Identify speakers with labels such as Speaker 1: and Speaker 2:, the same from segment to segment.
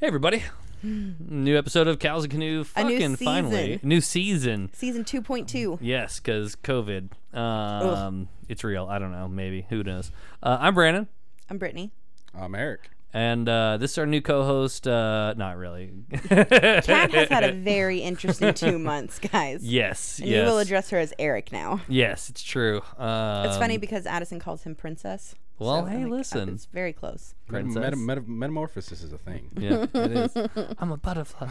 Speaker 1: Hey everybody! New episode of Cows and Canoe.
Speaker 2: A new
Speaker 1: Fucking finally,
Speaker 2: season.
Speaker 1: new season.
Speaker 2: Season 2.2.
Speaker 1: Yes, because COVID. Um, it's real. I don't know. Maybe who knows? Uh, I'm Brandon,
Speaker 2: I'm Brittany.
Speaker 3: I'm Eric.
Speaker 1: and uh, this is our new co-host. Uh, not really.
Speaker 2: Kat has had a very interesting two months, guys.
Speaker 1: yes.
Speaker 2: And
Speaker 1: yes.
Speaker 2: you will address her as Eric now.
Speaker 1: yes, it's true. Um,
Speaker 2: It's funny because Addison calls him princess.
Speaker 1: Well,
Speaker 2: I
Speaker 1: hey,
Speaker 2: think
Speaker 1: listen.
Speaker 2: oh, It's very close.
Speaker 1: Princess.
Speaker 3: Meta- meta- metamorphosis is a thing.
Speaker 1: yeah, it is. I'm a butterfly.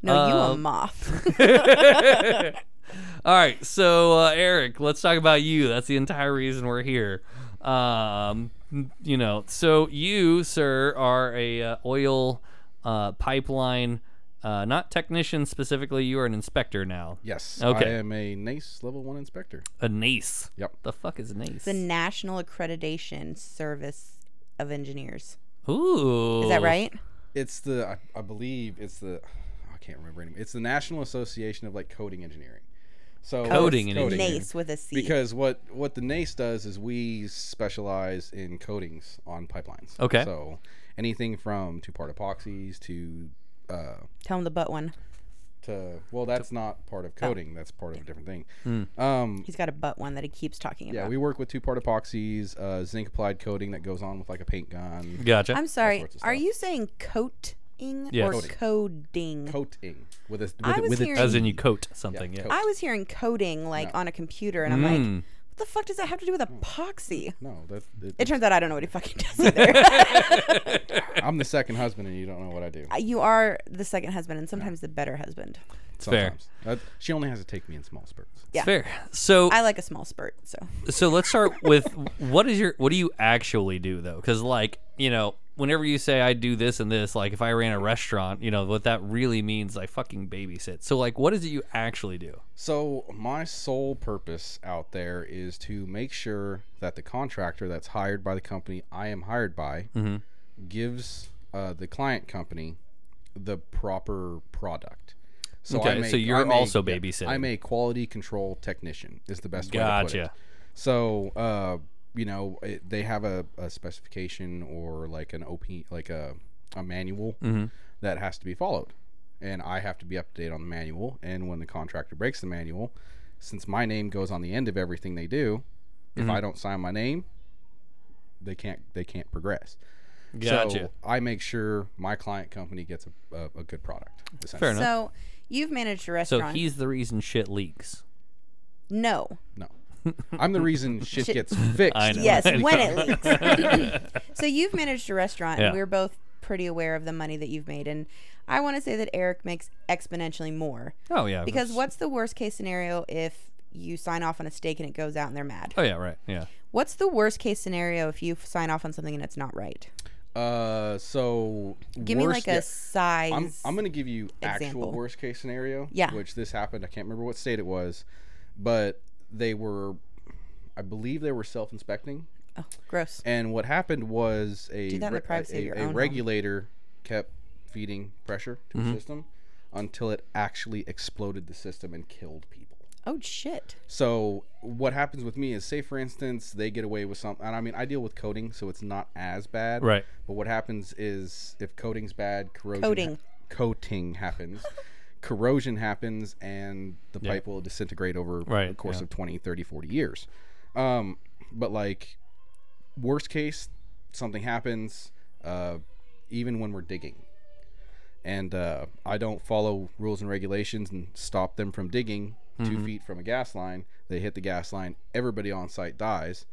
Speaker 2: No, you a
Speaker 1: Um,
Speaker 2: moth.
Speaker 1: All right, so uh, Eric, let's talk about you. That's the entire reason we're here. Um, you know, so you, sir, are a uh, oil uh, pipeline, uh, not technician specifically. You are an inspector now,
Speaker 3: Yes.
Speaker 1: Okay.
Speaker 3: I am a NACE level one inspector.
Speaker 1: a NACE.
Speaker 3: Yep.
Speaker 1: The fuck is NACE?
Speaker 2: the National Accreditation Service of Engineers.
Speaker 1: Ooh,
Speaker 2: Is that right?
Speaker 3: It's the I, I believe it's the I can't remember anymore. It's the National Association of like Coding Engineering. So
Speaker 1: Coding and Engineering.
Speaker 2: NACE with a C.
Speaker 3: Because what what the NACE does is we specialize in coatings on pipelines.
Speaker 1: Okay.
Speaker 3: So anything from two part epoxies to uh,
Speaker 2: Tell him the butt one.
Speaker 3: to well that's not part
Speaker 1: Oh.
Speaker 3: of coating that's part of a different thing.
Speaker 1: Hmm.
Speaker 3: Um,
Speaker 2: He's got a butt one that he keeps talking
Speaker 3: yeah,
Speaker 2: about.
Speaker 3: we work with two part epoxies, uh, zinc applied coating that goes on with like a paint gun.
Speaker 1: Gotcha.
Speaker 2: I'm sorry.
Speaker 3: sorts of
Speaker 2: Are
Speaker 3: stuff.
Speaker 2: you saying coating
Speaker 1: Yes.
Speaker 2: or
Speaker 1: Coding.
Speaker 2: coding?
Speaker 3: coating with a with
Speaker 2: I
Speaker 3: a,
Speaker 2: was
Speaker 3: with a
Speaker 2: hearing-
Speaker 1: As in you coat something. Yeah.
Speaker 3: coat.
Speaker 2: I was hearing coding like on a computer, and I'm
Speaker 1: Mm.
Speaker 2: like, what the fuck does that have to do with epoxy?
Speaker 3: no. That, it,
Speaker 2: It turns out I don't know what he fucking does either.
Speaker 3: I'm the second husband, and you don't know what I do.
Speaker 2: you are the second husband, and sometimes the better husband.
Speaker 1: It's fair.
Speaker 3: Sometimes Uh, she only has to take me in small spurts.
Speaker 2: Yeah.
Speaker 1: Fair. So,
Speaker 2: I like a small spurt, so
Speaker 1: so let's start with what is your what do you actually do though because like you know whenever you say i do this and this like if i ran a restaurant you know what that really means i fucking babysit so like what is it you actually do
Speaker 3: So my sole purpose out there is to make sure that the contractor that's hired by the company I am hired by
Speaker 1: Mm-hmm.
Speaker 3: gives uh, the client company the proper product. So
Speaker 1: Okay, so you're
Speaker 3: I'm
Speaker 1: also
Speaker 3: yeah,
Speaker 1: babysitting.
Speaker 3: I'm a quality control technician. Is the best way to put it.
Speaker 1: gotcha
Speaker 3: So, uh, you know, it, they have a, a specification or like an OP, like a, a manual
Speaker 1: Mm-hmm.
Speaker 3: that has to be followed. And I have to be up to date on the manual. And when the contractor breaks the manual, since my name goes on the end of everything they do, if
Speaker 1: Mm-hmm.
Speaker 3: I don't sign my name, they can't they can't progress.
Speaker 1: gotcha
Speaker 3: So I make sure my client company gets a, a, a good product.
Speaker 1: fair
Speaker 3: essentially.
Speaker 1: enough
Speaker 2: so you've managed a
Speaker 1: so,
Speaker 2: restaurant.
Speaker 1: he's the reason shit leaks
Speaker 2: no,
Speaker 3: No, I'm the reason shit
Speaker 2: Shit.
Speaker 3: gets fixed.
Speaker 1: I know.
Speaker 2: yes, when it leaks. so you've managed a restaurant,
Speaker 1: Yeah.
Speaker 2: and we're both pretty aware of the money that you've made, and I want to say that Eric makes exponentially more
Speaker 1: oh yeah
Speaker 2: because what's the worst case scenario if you sign off on a steak and it goes out and they're mad?
Speaker 1: oh yeah right yeah
Speaker 2: What's the worst case scenario if you f- sign off on something and it's not right?
Speaker 3: Uh, so
Speaker 2: Give me
Speaker 3: worst-
Speaker 2: like a
Speaker 3: yeah.
Speaker 2: size.
Speaker 3: I'm, I'm going to give you
Speaker 2: example.
Speaker 3: actual worst case scenario.
Speaker 2: Yeah.
Speaker 3: Which this happened. I can't remember what state it was, but they were, I believe they were self inspecting.
Speaker 2: oh, gross.
Speaker 3: And what happened was a,
Speaker 2: that in the
Speaker 3: re-
Speaker 2: privacy of
Speaker 3: a-
Speaker 2: your
Speaker 3: a
Speaker 2: own home.
Speaker 3: regulator kept feeding pressure to
Speaker 1: Mm-hmm.
Speaker 3: the system until it actually exploded the system and killed people.
Speaker 2: Oh shit.
Speaker 3: So what happens with me is, say for instance, they get away with something. And I mean, I deal with coding, so it's not as bad.
Speaker 1: Right.
Speaker 3: But what happens is, if coding's bad, corrosion
Speaker 2: Coding.
Speaker 3: coating happens. corrosion happens, and the pipe will disintegrate over
Speaker 1: Right,
Speaker 3: the course
Speaker 1: yeah.
Speaker 3: of 20, 30, 40 years. Um, but like, worst case, something happens. Uh, even when we're digging, and uh, I don't follow rules and regulations and stop them from digging two feet from a gas line. They hit the gas line, everybody on site dies.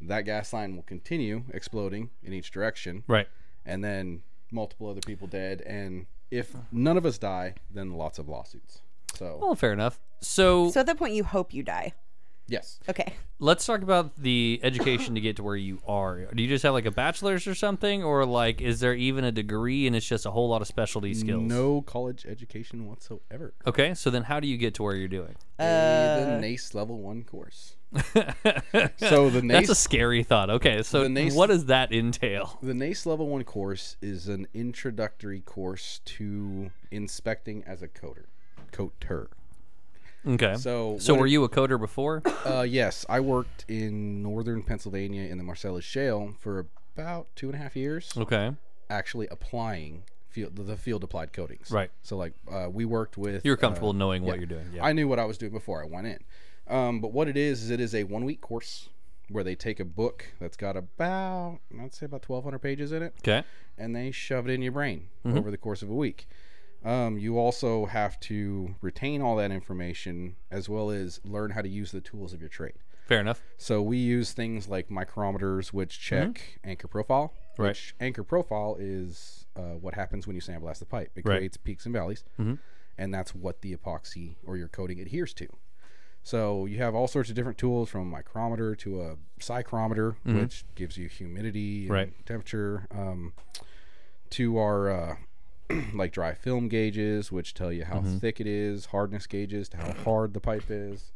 Speaker 3: That gas line will continue exploding in each direction,
Speaker 1: right
Speaker 3: and then multiple other people dead. And if none of us die, then lots of lawsuits. So,
Speaker 1: well fair enough so,
Speaker 2: So at that point, you hope you die.
Speaker 3: yes,
Speaker 2: Okay.
Speaker 1: let's talk about the education to get to where you are do you just have like a bachelor's or something or like is there even a degree and it's just a whole lot of specialty skills
Speaker 3: no college education whatsoever.
Speaker 1: okay so then how do you get to where you're doing Uh,
Speaker 3: A- the NACE level one course. so the
Speaker 1: That's
Speaker 3: NACE
Speaker 1: a scary thought. Okay, so
Speaker 3: The nace-
Speaker 1: what does that entail?
Speaker 3: The NACE E Level 1 course is an introductory course to inspecting as a coder. Coder.
Speaker 1: Okay. So,
Speaker 3: So,
Speaker 1: were you a coder before?
Speaker 3: Uh, yes, I worked
Speaker 1: Oh.
Speaker 3: in northern Pennsylvania in the Marcellus Shale for about two and a half years.
Speaker 1: okay.
Speaker 3: actually applying field, the field applied coatings.
Speaker 1: Right.
Speaker 3: So like uh, we worked with.
Speaker 1: You were
Speaker 3: uh,
Speaker 1: comfortable knowing what you're doing. Yeah.
Speaker 3: I knew what I was doing before I went in. Um, but what it is is it is a one week course where they take a book that's got about I'd say about twelve hundred pages in it,
Speaker 1: okay.
Speaker 3: and they shove it in your brain
Speaker 1: Mm-hmm.
Speaker 3: over the course of a week. Um, you also have to retain all that information as well as learn how to use the tools of your trade.
Speaker 1: Fair enough.
Speaker 3: So we use things like micrometers, which check anchor profile.
Speaker 1: Mm-hmm. Right.
Speaker 3: Which anchor profile is uh, what happens when you sandblast the pipe. It
Speaker 1: Right. Mm-hmm.
Speaker 3: creates peaks and valleys, and that's what the epoxy or your coating adheres to. So you have all sorts of different tools, from micrometer to a psychrometer, which gives you humidity, and
Speaker 1: Mm-hmm. Right.
Speaker 3: Temperature, um, to our uh, like dry film gauges, which tell you how
Speaker 1: Mm-hmm.
Speaker 3: thick it is, hardness gauges to how hard the pipe is.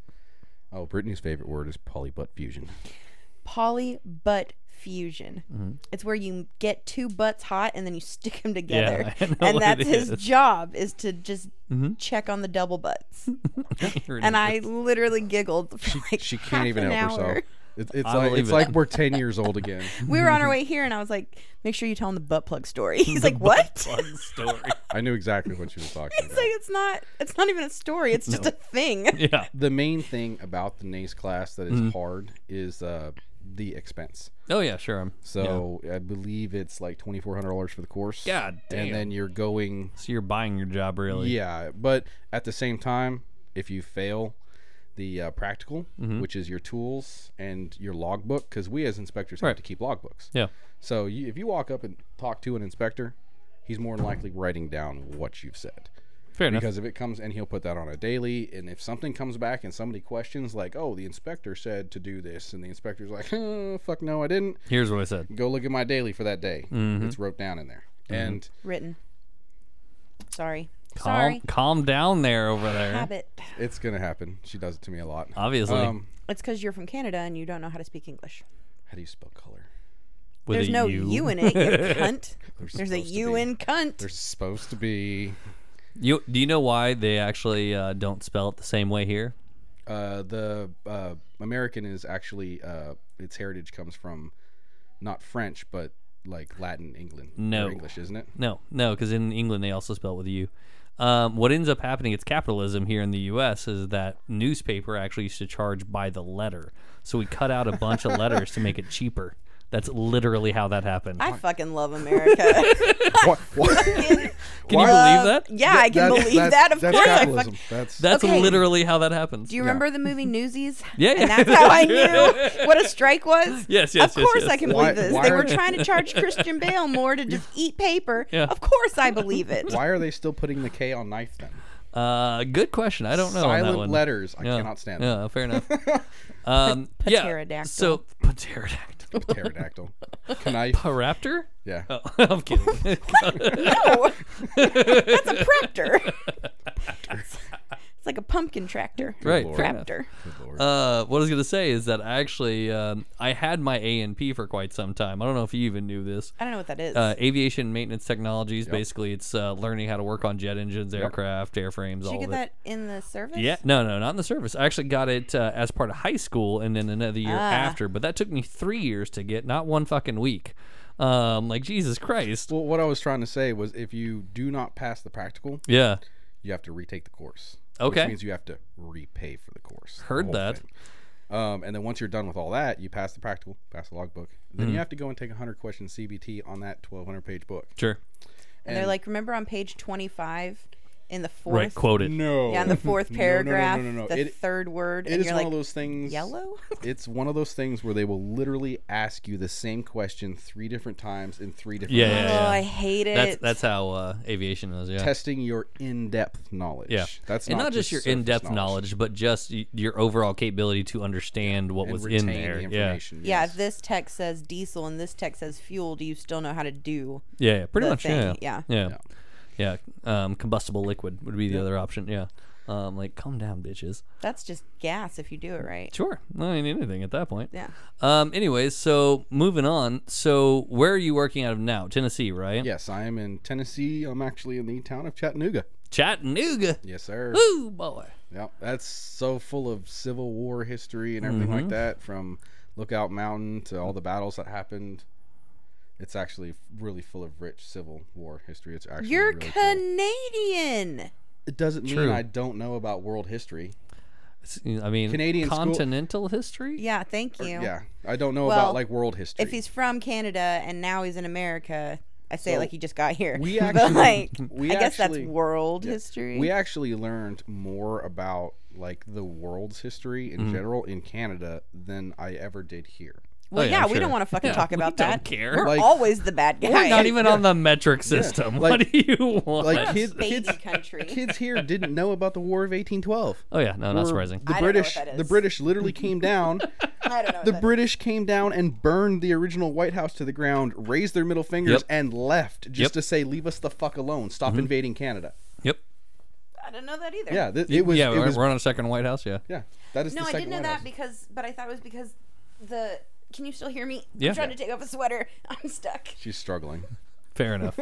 Speaker 3: Oh, Brittany's favorite word is polybutt fusion.
Speaker 2: Poly butt fusion.
Speaker 1: Mm-hmm.
Speaker 2: It's where you get two butts hot and then you stick them together.
Speaker 1: I know
Speaker 2: and
Speaker 1: what
Speaker 2: that's
Speaker 1: it
Speaker 2: his
Speaker 1: is. Mm-hmm.
Speaker 2: job is to just check on the double butts.
Speaker 1: Here it
Speaker 2: and
Speaker 1: is.
Speaker 2: I literally giggled. For like
Speaker 3: She can't even
Speaker 2: an
Speaker 3: help
Speaker 2: hour.
Speaker 3: herself. It, it's
Speaker 1: I
Speaker 3: like
Speaker 1: believe
Speaker 3: it's
Speaker 1: it.
Speaker 3: like we're ten years old again.
Speaker 2: We were on our way here, and I was like, "Make sure you tell him the butt plug story." He's like, "What?"
Speaker 1: Fun story.
Speaker 3: I knew exactly what she was talking
Speaker 2: It's
Speaker 3: about.
Speaker 2: like it's not. It's not even a story. It's just a thing.
Speaker 1: yeah.
Speaker 3: The main thing about the NACE class that
Speaker 1: Mm-hmm.
Speaker 3: is hard is uh, the expense.
Speaker 1: Oh yeah. Sure. I'm.
Speaker 3: So I believe it's like twenty four hundred dollars for the course.
Speaker 1: God damn.
Speaker 3: And then you're going
Speaker 1: So you're buying your job really.
Speaker 3: Yeah, but at the same time, if you fail the uh, practical,
Speaker 1: Mm-hmm.
Speaker 3: which is your tools and your logbook, because we as inspectors have
Speaker 1: Right.
Speaker 3: to keep logbooks.
Speaker 1: Yeah.
Speaker 3: So you, if you walk up and talk to an inspector, he's more than likely writing down what you've said.
Speaker 1: Fair enough.
Speaker 3: Because if it comes and he'll put that on a daily, and if something comes back and somebody questions, like, "Oh, the inspector said to do this," and the inspector's like, "Uh, "Fuck no, I didn't."
Speaker 1: Here's what I said.
Speaker 3: Go look at my daily for that day. It's wrote down in there. And
Speaker 2: Written. Sorry.
Speaker 1: Calm,
Speaker 2: Sorry.
Speaker 1: calm down there over there.
Speaker 2: Habit.
Speaker 3: it's gonna happen. She does it to me a lot.
Speaker 1: Obviously.
Speaker 3: Um,
Speaker 2: It's because you're from Canada and you don't know how to speak English.
Speaker 3: how do you spell color?
Speaker 1: with
Speaker 2: There's
Speaker 1: a
Speaker 2: no
Speaker 1: U.
Speaker 2: you in it, you cunt. There's a
Speaker 3: supposed to
Speaker 2: you
Speaker 3: be.
Speaker 2: in cunt.
Speaker 3: They're supposed to be.
Speaker 1: You- do you know why they actually uh, don't spell it the same way here?
Speaker 3: Uh, the uh, American is actually uh, its heritage comes from not French, but like Latin England. or
Speaker 1: No.
Speaker 3: English, isn't it?
Speaker 1: No, no, because in England they also spell it with a U. Um, what ends up happening, it's capitalism here in the U.S. is that newspaper actually used to charge by the letter, so we cut out a bunch of letters to make it cheaper. That's literally how that happened.
Speaker 2: I fucking love America.
Speaker 3: What? what?
Speaker 1: Can you believe
Speaker 2: Love-
Speaker 1: that?
Speaker 2: Yeah, I can
Speaker 3: That's-
Speaker 2: believe
Speaker 3: that's-
Speaker 2: that. Of
Speaker 3: that's
Speaker 2: course, I
Speaker 3: capitalism.
Speaker 2: fucking.
Speaker 3: That's
Speaker 1: That's
Speaker 2: Okay.
Speaker 1: literally how that happens.
Speaker 2: Do you remember the movie Newsies?
Speaker 1: Yeah, yeah.
Speaker 2: And that's how I knew what a strike was.
Speaker 1: Yes, yes,
Speaker 2: Of
Speaker 1: yes,
Speaker 2: course,
Speaker 1: yes.
Speaker 2: I can
Speaker 3: Why-
Speaker 2: believe this.
Speaker 3: why
Speaker 2: They
Speaker 3: are
Speaker 2: were
Speaker 3: they-
Speaker 2: trying to charge Christian Bale more to just eat paper.
Speaker 1: Yeah.
Speaker 2: Of course, I believe it.
Speaker 3: why are they still putting the K on knife then?
Speaker 1: uh, good question. I don't know. on that
Speaker 3: Silent
Speaker 1: one.
Speaker 3: letters. I
Speaker 1: Yeah.
Speaker 3: cannot stand
Speaker 1: Yeah, fair enough. um, yeah,
Speaker 2: pterodactyl.
Speaker 1: So pterodactyl,
Speaker 3: that. Pterodactyl. Knife.
Speaker 1: raptor.
Speaker 3: Yeah.
Speaker 1: Oh, I'm kidding.
Speaker 2: No, that's a tractor. It's like a pumpkin tractor.
Speaker 1: right.
Speaker 3: Lord.
Speaker 1: fair enough.
Speaker 2: Raptor.
Speaker 3: Good lord.
Speaker 1: Uh, what I was gonna say is that I actually um, I had my A and P for quite some time. I don't know if you even knew this.
Speaker 2: I don't know what that is.
Speaker 1: Uh, aviation maintenance technologies. Basically, it's uh, learning how to work on jet engines, aircraft, airframes,
Speaker 2: Did
Speaker 1: all
Speaker 2: you
Speaker 1: of it.
Speaker 2: get that in the service?
Speaker 1: Yeah, no, no, not in the service. I actually got it uh, as part of high school and then another year
Speaker 2: Ah.
Speaker 1: after, but that took me three years to get, not one fucking week. Um, like Jesus Christ.
Speaker 3: well, what I was trying to say was, if you do not pass the practical,
Speaker 1: Yeah,
Speaker 3: you have to retake the course.
Speaker 1: Okay.
Speaker 3: Which means you have to repay for the course. the
Speaker 1: Heard
Speaker 3: whole
Speaker 1: that.
Speaker 3: thing. Um, and then once you're done with all that, you pass the practical, pass the logbook. Then
Speaker 1: Hmm.
Speaker 3: you have to go and take a 100 question CBT on that 1200 page book.
Speaker 1: sure.
Speaker 2: And they're like, remember on page 25 in the fourth?
Speaker 1: Right, quoted.
Speaker 3: No.
Speaker 2: Yeah, in the fourth
Speaker 3: No, no, no, no, no,
Speaker 2: paragraph,
Speaker 3: no, no.
Speaker 2: the
Speaker 3: It-
Speaker 2: third word.
Speaker 3: It
Speaker 2: and
Speaker 3: is
Speaker 2: you're
Speaker 3: one
Speaker 2: like,
Speaker 3: of those things.
Speaker 2: yellow?
Speaker 3: It's one of those things where they will literally ask you the same question three different times in three different
Speaker 1: Yeah,
Speaker 3: ways,
Speaker 1: yeah,
Speaker 2: Oh,
Speaker 1: yeah.
Speaker 2: I hate it.
Speaker 1: That's that's how uh, aviation is. Yeah.
Speaker 3: testing your in depth knowledge.
Speaker 1: Yeah,
Speaker 3: That's
Speaker 1: and
Speaker 3: not,
Speaker 1: not, just, your
Speaker 3: surface
Speaker 1: in-depth knowledge. but just y- your overall capability to understand what
Speaker 3: and
Speaker 1: was
Speaker 3: retain
Speaker 1: in there.
Speaker 3: The
Speaker 1: yeah.
Speaker 3: information.
Speaker 2: yeah,
Speaker 3: yes.
Speaker 2: if this text says diesel and this text says fuel, do you still know how to do?
Speaker 1: yeah, yeah, pretty
Speaker 2: the
Speaker 1: much.
Speaker 2: thing,
Speaker 1: Yeah,
Speaker 2: yeah.
Speaker 1: yeah, yeah. Um, combustible liquid would be the other option. Yeah, um, like calm down, bitches.
Speaker 2: That's just gas if you do it right.
Speaker 1: Sure, I mean anything at that point.
Speaker 2: Yeah.
Speaker 1: Um. Anyways, so moving on. So where are you working out of now? Tennessee, right?
Speaker 3: Yes, I am in Tennessee. I'm actually in the town of Chattanooga.
Speaker 1: Chattanooga.
Speaker 3: Yes, sir.
Speaker 1: Woo, boy.
Speaker 3: Yep, that's so full of Civil War
Speaker 2: Mm-hmm.
Speaker 3: history and everything like that, from Lookout Mountain to all the battles that happened. It's actually really full of rich Civil War history. It's actually
Speaker 2: You're
Speaker 3: really cool.
Speaker 2: Canadian.
Speaker 3: It doesn't mean
Speaker 1: True.
Speaker 3: I don't know about world history.
Speaker 1: It's- I mean,
Speaker 3: Canadian school-
Speaker 1: continental history.
Speaker 2: Yeah, thank you.
Speaker 3: Yeah, I don't know
Speaker 2: Well,
Speaker 3: about like world history.
Speaker 2: If he's from Canada and now he's in America, I say it
Speaker 3: So,
Speaker 2: like he just got here.
Speaker 3: we
Speaker 2: but
Speaker 3: actually-
Speaker 2: like,
Speaker 3: we
Speaker 2: I guess
Speaker 3: actually-
Speaker 2: that's world
Speaker 3: Yeah.
Speaker 2: history.
Speaker 3: we actually learned more about like the world's history
Speaker 2: Mm-hmm.
Speaker 3: in general in Canada than I ever did here.
Speaker 2: well,
Speaker 1: Oh, yeah,
Speaker 2: yeah,
Speaker 1: I'm
Speaker 2: we
Speaker 1: sure.
Speaker 2: don't want to fucking
Speaker 1: Yeah,
Speaker 2: talk
Speaker 1: we
Speaker 2: about
Speaker 1: don't
Speaker 2: that.
Speaker 1: care.
Speaker 2: We're
Speaker 3: Like-
Speaker 2: always the bad guy.
Speaker 1: Not even on the metric system. what
Speaker 3: Like-
Speaker 1: do you want?
Speaker 3: Like kids,
Speaker 2: baby
Speaker 3: kids,
Speaker 2: country.
Speaker 3: kids here didn't know about the War of 1812.
Speaker 1: oh yeah, no, not
Speaker 3: Or
Speaker 1: surprising.
Speaker 3: The
Speaker 2: I don't know what
Speaker 3: British,
Speaker 2: that
Speaker 3: the
Speaker 2: is.
Speaker 3: British literally came down.
Speaker 2: I don't know.
Speaker 3: The
Speaker 2: what that-
Speaker 3: British came down and burned the original White House to the ground, raised their middle fingers,
Speaker 1: Yep.
Speaker 3: and left just
Speaker 1: Yep. Mm-hmm.
Speaker 3: to say, "Leave us the fuck alone. Stop invading Canada."
Speaker 1: Yep.
Speaker 2: I don't know that either.
Speaker 3: Yeah, th- it was.
Speaker 1: yeah,
Speaker 3: it
Speaker 1: we're,
Speaker 3: was-
Speaker 1: we're on a second White House. Yeah.
Speaker 3: yeah, that is.
Speaker 2: No,
Speaker 3: the
Speaker 2: I didn't
Speaker 3: second
Speaker 2: know
Speaker 3: White
Speaker 2: that
Speaker 3: House.
Speaker 2: because, but I thought it was because the. Can you still hear me?
Speaker 1: Yeah.
Speaker 2: I'm trying to take off a sweater. I'm stuck.
Speaker 3: She's struggling.
Speaker 1: Fair enough.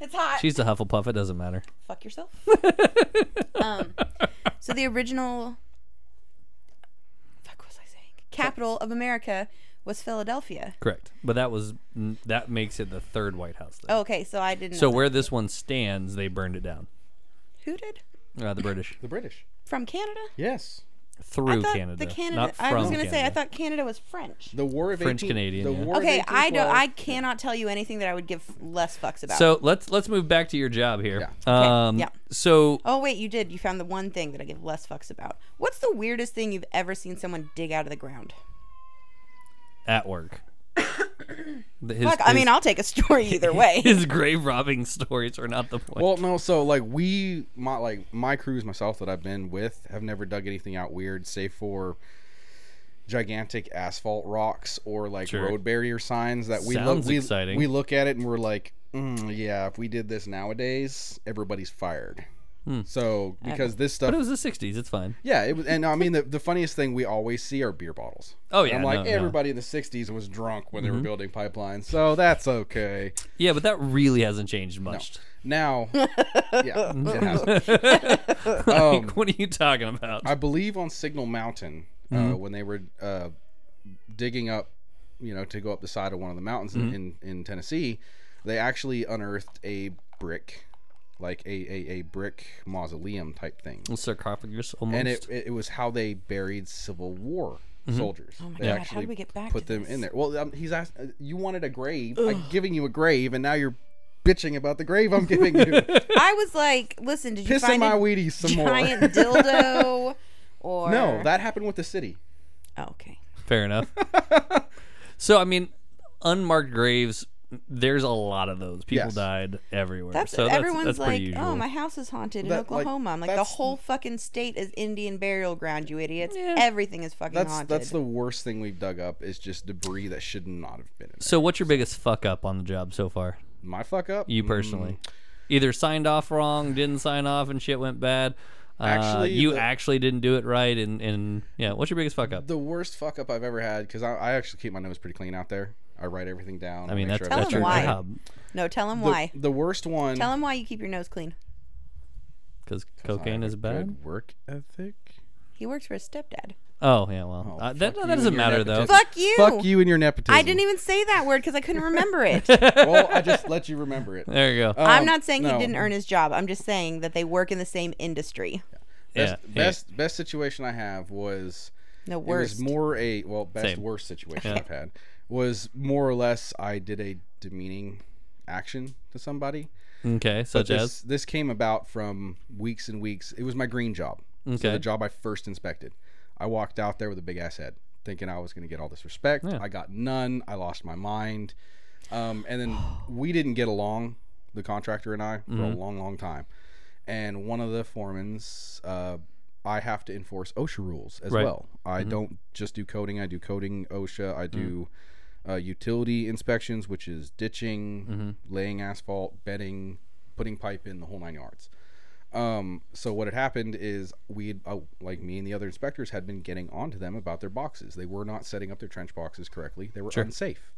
Speaker 2: It's hot.
Speaker 1: She's a Hufflepuff. It doesn't matter.
Speaker 2: Fuck yourself. um, so the original. Fuck what was I saying? Capital of America was Philadelphia.
Speaker 1: Correct. But that was n- that makes it the third White House. Then.
Speaker 2: Oh, okay, so I didn't.
Speaker 1: so
Speaker 2: know that.
Speaker 1: where this one stands, they burned it down.
Speaker 2: who did
Speaker 1: Uh, the British
Speaker 3: The British.
Speaker 2: from Canada?
Speaker 3: Yes.
Speaker 1: through
Speaker 2: I thought
Speaker 1: Canada,
Speaker 2: The Canada.
Speaker 1: not from
Speaker 2: I was gonna
Speaker 1: Canada.
Speaker 2: say I thought Canada was French.
Speaker 3: The War of
Speaker 1: French
Speaker 3: 18
Speaker 1: Canadian,
Speaker 3: The
Speaker 1: yeah.
Speaker 3: War of
Speaker 2: Okay, I don't.
Speaker 3: 1812
Speaker 2: I cannot tell you anything that I would give less fucks about.
Speaker 1: So let's let's move back to your job here.
Speaker 3: Yeah.
Speaker 2: Okay,
Speaker 1: Um,
Speaker 2: yeah.
Speaker 1: So
Speaker 2: Oh wait, you did. You found the one thing that I give less fucks about. What's the weirdest thing you've ever seen someone dig out of the ground?
Speaker 1: at work. The- his,
Speaker 2: Fuck, I mean,
Speaker 1: his,
Speaker 2: I'll take a story either way.
Speaker 1: his grave robbing stories are not the point.
Speaker 3: Well, no, so like we my like my crews myself that I've been with have never dug anything out weird save for gigantic asphalt rocks or like
Speaker 1: Sure.
Speaker 3: road barrier signs that we look
Speaker 1: Sounds
Speaker 3: we,
Speaker 1: exciting.
Speaker 3: we look at it and we're like, mm, yeah, if we did this nowadays, everybody's fired. So because this stuff
Speaker 1: Hmm. but it was the '60s. It's fine.
Speaker 3: yeah, it was, and I mean the, the funniest thing we always see are beer bottles.
Speaker 1: Oh,
Speaker 3: And
Speaker 1: yeah,
Speaker 3: I'm like
Speaker 1: no, Mm-hmm. no.
Speaker 3: everybody in the '60s was drunk when they were building pipelines, so that's okay.
Speaker 1: Yeah, but that really hasn't changed much.
Speaker 3: Now, yeah, it has
Speaker 2: Oh.
Speaker 1: Like, what are you talking about?
Speaker 3: I believe on Signal Mountain uh, when they were uh, digging up, you know, to go up the side of one of the mountains in, in, in Tennessee, they actually unearthed a brick, like a, a, a brick mausoleum type thing.
Speaker 1: Sarcophagus almost.
Speaker 3: And it, it, it was how they buried Civil War soldiers. Oh
Speaker 2: my
Speaker 3: they
Speaker 2: God, how
Speaker 3: actually
Speaker 2: did we get back
Speaker 3: put
Speaker 2: to
Speaker 3: them in
Speaker 2: this?
Speaker 3: there. Well, um, he's asked, uh, you wanted a grave. I'm giving you a grave, and now you're bitching about the grave I'm giving you.
Speaker 2: I was like, listen, did you
Speaker 3: Pissing
Speaker 2: find
Speaker 3: my
Speaker 2: a
Speaker 3: Wheaties some more.
Speaker 2: giant dildo or
Speaker 3: no, that happened with the city.
Speaker 2: Oh, okay.
Speaker 1: Fair enough. so I mean, unmarked graves. There's a lot of those. People
Speaker 3: Yes.
Speaker 1: died everywhere.
Speaker 2: That's
Speaker 1: so that's,
Speaker 2: everyone's
Speaker 1: that's
Speaker 2: like,
Speaker 1: pretty usual.
Speaker 2: oh, my house is haunted in
Speaker 3: That- like,
Speaker 2: Oklahoma. I'm like, the
Speaker 3: that's-
Speaker 2: whole fucking state is Indian burial ground, you idiots.
Speaker 1: Yeah.
Speaker 2: Everything is fucking
Speaker 3: That's
Speaker 2: haunted.
Speaker 3: that's the worst thing we've dug up is just debris that should not have been in there.
Speaker 1: So what's your biggest fuck up on the job so far?
Speaker 3: My fuck up.
Speaker 1: You
Speaker 3: Mm,
Speaker 1: personally, either signed off wrong, didn't sign off, and shit went bad. Uh,
Speaker 3: Actually,
Speaker 1: you
Speaker 3: the-
Speaker 1: actually didn't do it right, and and yeah, what's your biggest fuck up?
Speaker 3: Mm, the worst fuck up I've ever had because I, I actually keep my nose pretty clean out there. I write everything down.
Speaker 1: I mean,
Speaker 3: make
Speaker 1: that's
Speaker 2: Tell
Speaker 1: that's
Speaker 2: him
Speaker 1: your
Speaker 2: why.
Speaker 1: job
Speaker 2: no, tell him
Speaker 3: the,
Speaker 2: why.
Speaker 3: The worst one.
Speaker 2: Tell him why you keep your nose clean.
Speaker 1: because
Speaker 3: I have
Speaker 1: cocaine
Speaker 3: a
Speaker 1: is bad.
Speaker 3: Good work ethic.
Speaker 2: He works for his stepdad.
Speaker 1: Oh yeah, well
Speaker 3: Oh,
Speaker 1: uh, that that
Speaker 3: fuck you
Speaker 1: doesn't
Speaker 3: and your
Speaker 1: matter though.
Speaker 3: nepotism.
Speaker 2: Fuck you.
Speaker 3: Fuck you and your nepotism.
Speaker 2: I didn't even say that word because I couldn't remember it.
Speaker 3: well, I just let you remember it.
Speaker 1: There you go.
Speaker 2: I'm
Speaker 3: Um,
Speaker 2: not saying he
Speaker 3: no.
Speaker 2: didn't earn his job. I'm just saying that they work in the same industry.
Speaker 1: yeah,
Speaker 3: Best
Speaker 1: yeah.
Speaker 3: best best situation I have was
Speaker 2: No
Speaker 3: it was
Speaker 2: worst.
Speaker 3: more a well best
Speaker 1: Same.
Speaker 3: worst situation I've had was more or less I did a demeaning action to somebody.
Speaker 1: Okay, such
Speaker 3: this,
Speaker 1: as
Speaker 3: this came about from weeks and weeks. It was my green job. So
Speaker 1: Okay.
Speaker 3: the job I first inspected. I walked out there with a big ass head, thinking I was going to get all this respect. I got none. I lost my mind. Um, and then we didn't get along, the contractor and I, for
Speaker 1: Mm-hmm.
Speaker 3: a long, long time. And one of the foremans, uh, I have to enforce OSHA rules as
Speaker 1: Right.
Speaker 3: well. I don't just do coding. I do coding OSHA. I do uh, utility inspections, which is ditching, laying asphalt, bedding, putting pipe in, the whole nine yards. Um, so what had happened is we, had, uh, like me and the other inspectors, had been getting onto them about their boxes. They were not setting up their trench boxes correctly. They were unsafe.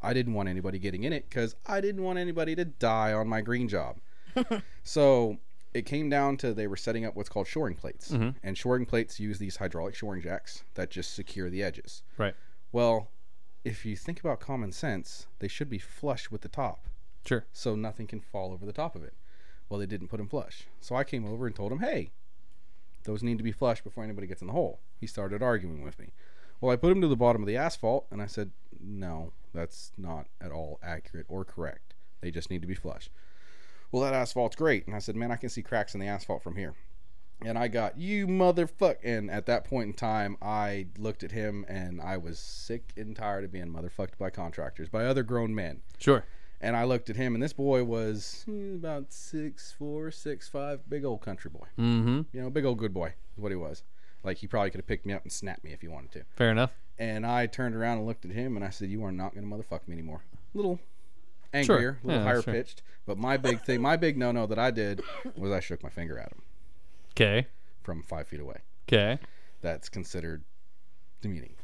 Speaker 3: I didn't want anybody getting in it because I didn't want anybody to die on my green job. so it came down to they were setting up what's called shoring plates, and shoring plates use these hydraulic shoring jacks that just secure the edges.
Speaker 1: right.
Speaker 3: Well, if you think about common sense, they should be flush with the top
Speaker 1: Sure.
Speaker 3: so nothing can fall over the top of it. Well, they didn't put them flush. So I came over and told him, hey, those need to be flush before anybody gets in the hole. He started arguing with me. Well, I put him to the bottom of the asphalt and I said, no, that's not at all accurate or correct. They just need to be flush. Well, that asphalt's great. And I said, man, I can see cracks in the asphalt from here. And I got, you motherfuck. And at that point in time, I looked at him and I was sick and tired of being motherfucked by contractors, by other grown men
Speaker 1: Sure.
Speaker 3: and I looked at him, and this boy was eh, about six four, six five, big old country boy.
Speaker 1: Mm-hmm.
Speaker 3: You know, big old good boy is what he was. Like he probably could have picked me up and snapped me if he wanted to.
Speaker 1: Fair enough.
Speaker 3: And I turned around and looked at him, and I said, "You are not going to motherfuck me anymore." Little angrier, a little
Speaker 1: Yeah,
Speaker 3: higher
Speaker 1: sure.
Speaker 3: pitched. But my big thing, my big no no that I did was I shook my finger at him
Speaker 1: Okay.
Speaker 3: from five feet away.
Speaker 1: Okay.
Speaker 3: That's considered demeaning,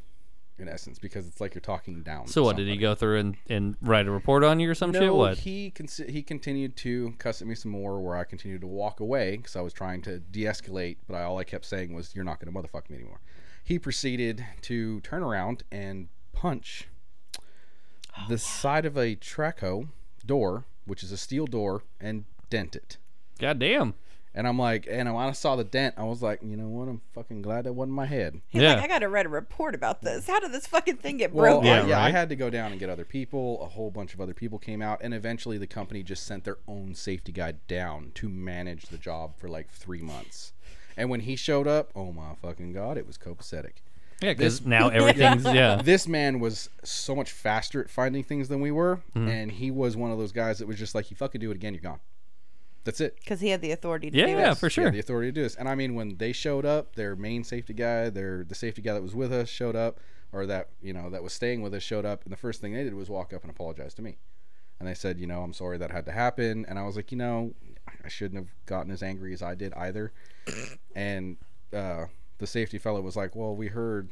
Speaker 3: in essence, because it's like you're talking down.
Speaker 1: So
Speaker 3: to
Speaker 1: what did he
Speaker 3: somebody.
Speaker 1: go through and, and write a report on you or some shit?
Speaker 3: No,
Speaker 1: What?
Speaker 3: he consi- he continued to cuss at me some more, where I continued to walk away because I was trying to de-escalate, but I, all I kept saying was, "You're not going to motherfuck me anymore." He proceeded to turn around and punch
Speaker 1: Oh,
Speaker 3: the side of a traco door, which is a steel door, and dent it.
Speaker 1: God damn.
Speaker 3: And I'm like, and when I saw the dent, I was like, you know what? I'm fucking glad that wasn't my head.
Speaker 2: He's
Speaker 1: Yeah.
Speaker 2: like, I gotta write a report about this. How did this fucking thing get
Speaker 3: Well,
Speaker 2: broken?
Speaker 3: yeah,
Speaker 1: Yeah,
Speaker 3: I, yeah, I
Speaker 1: right.
Speaker 3: had to go down and get other people. A whole bunch of other people came out, and eventually the company just sent their own safety guy down to manage the job for like three months. And when he showed up, oh my fucking god, it was copacetic.
Speaker 1: Yeah, because now everything's yeah.
Speaker 3: This man was so much faster at finding things than we were,
Speaker 1: Mm-hmm.
Speaker 3: and he was one of those guys that was just like, "You fucking do it again, you're gone." That's it.
Speaker 2: Because he had the authority to
Speaker 1: Yeah,
Speaker 2: do
Speaker 1: yeah,
Speaker 2: it.
Speaker 1: for
Speaker 3: He had
Speaker 1: sure.
Speaker 3: the authority to do this. And I mean, when they showed up, their main safety guy, their the safety guy that was with us showed up, or that you know that was staying with us showed up, and the first thing they did was walk up and apologize to me, and they said, you know, I'm sorry that had to happen, and I was like, you know, I shouldn't have gotten as angry as I did either, and uh, the safety fellow was like, well, we heard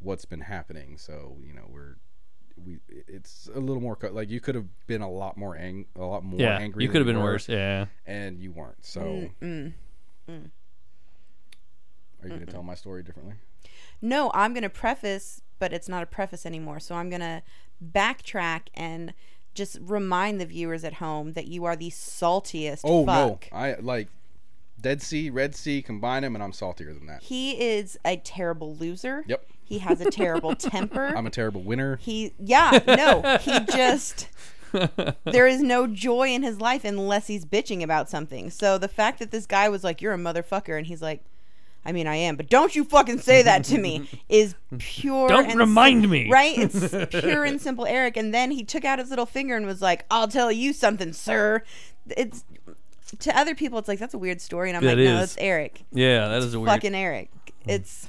Speaker 3: what's been happening, so you know we're. We, it's a little more co- like you could have been a lot more ang- a lot more
Speaker 1: yeah,
Speaker 3: angry.
Speaker 1: you
Speaker 3: than
Speaker 1: could have been
Speaker 3: were,
Speaker 1: worse. Yeah.
Speaker 3: and you weren't. So
Speaker 2: Mm.
Speaker 3: Are you going to tell my story differently?
Speaker 2: No, I'm gonna preface, but it's not a preface anymore. So I'm gonna backtrack and just remind the viewers at home that you are the saltiest
Speaker 3: Oh
Speaker 2: fuck.
Speaker 3: no, I like Dead Sea, Red Sea, combine them, and I'm saltier than that.
Speaker 2: He is a terrible loser.
Speaker 3: Yep.
Speaker 2: He has a terrible temper.
Speaker 3: I'm a terrible winner.
Speaker 2: He yeah, no. He just there is no joy in his life unless he's bitching about something. So the fact that this guy was like, You're a motherfucker and he's like, I mean I am, but don't you fucking say that to me is pure
Speaker 1: Don't
Speaker 2: and
Speaker 1: remind me.
Speaker 2: Right? It's pure and simple Eric. And then he took out his little finger and was like, I'll tell you something, sir. It's to other people it's like that's a weird story and I'm
Speaker 1: That
Speaker 2: like, No,
Speaker 1: is. Mm.
Speaker 2: it's Eric.
Speaker 1: Yeah, that is a weird.
Speaker 2: Fucking Eric. It's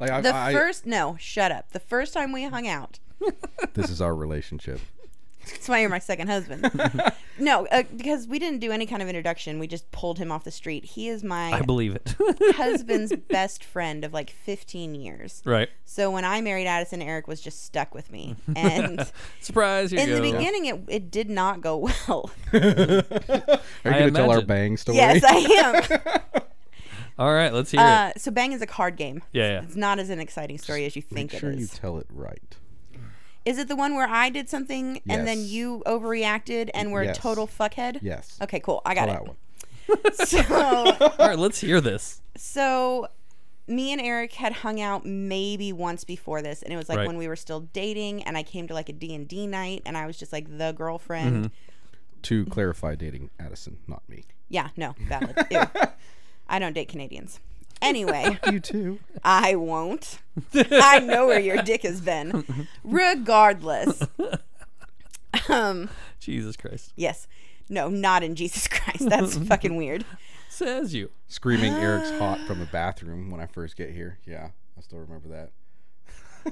Speaker 3: Like I,
Speaker 2: the
Speaker 3: I,
Speaker 2: first no, shut up. The first time we hung out
Speaker 3: this is our relationship.
Speaker 2: That's why you're my second husband. no, uh, because we didn't do any kind of introduction. We just pulled him off the street. He is
Speaker 1: I
Speaker 2: my
Speaker 1: believe it.
Speaker 2: husband's best friend of like 15 years.
Speaker 1: right.
Speaker 2: So when I married Addison, Eric was just stuck with me. And
Speaker 1: Surprise. Here
Speaker 2: in
Speaker 1: you
Speaker 2: the
Speaker 1: go.
Speaker 2: beginning, it, it did not go well.
Speaker 3: Are
Speaker 1: I
Speaker 3: you going to tell our
Speaker 1: imagine.
Speaker 3: bang story?
Speaker 2: yes, I am.
Speaker 1: All right, let's hear it.
Speaker 2: Uh, so Bang is a card game.
Speaker 1: Yeah, yeah.
Speaker 2: It's not as an exciting story as you
Speaker 3: Make
Speaker 2: think it is.
Speaker 3: sure you tell it right.
Speaker 2: is it the one where I did something and then
Speaker 3: Yes.
Speaker 2: you overreacted and were
Speaker 3: Yes.
Speaker 2: a total fuckhead?
Speaker 3: Yes.
Speaker 2: Okay, cool. I got
Speaker 3: Tell that one.
Speaker 2: it. So
Speaker 1: All right, let's hear this.
Speaker 2: So, me and Eric had hung out maybe once before this, and it was like
Speaker 1: Right.
Speaker 2: when we were still dating, and I came to like a D and D night, and I was just like the girlfriend.
Speaker 1: Mm-hmm.
Speaker 3: To clarify, dating Addison, not me.
Speaker 2: Yeah, no, valid. Ew. I don't date Canadians. Anyway,
Speaker 3: You too.
Speaker 2: I won't. I know where your dick has been. Regardless, um,
Speaker 1: Jesus Christ.
Speaker 2: yes, no, not in Jesus Christ. That's fucking weird.
Speaker 1: Says you.
Speaker 3: Screaming Eric's hot from the bathroom when I first get here. Yeah, I still remember that.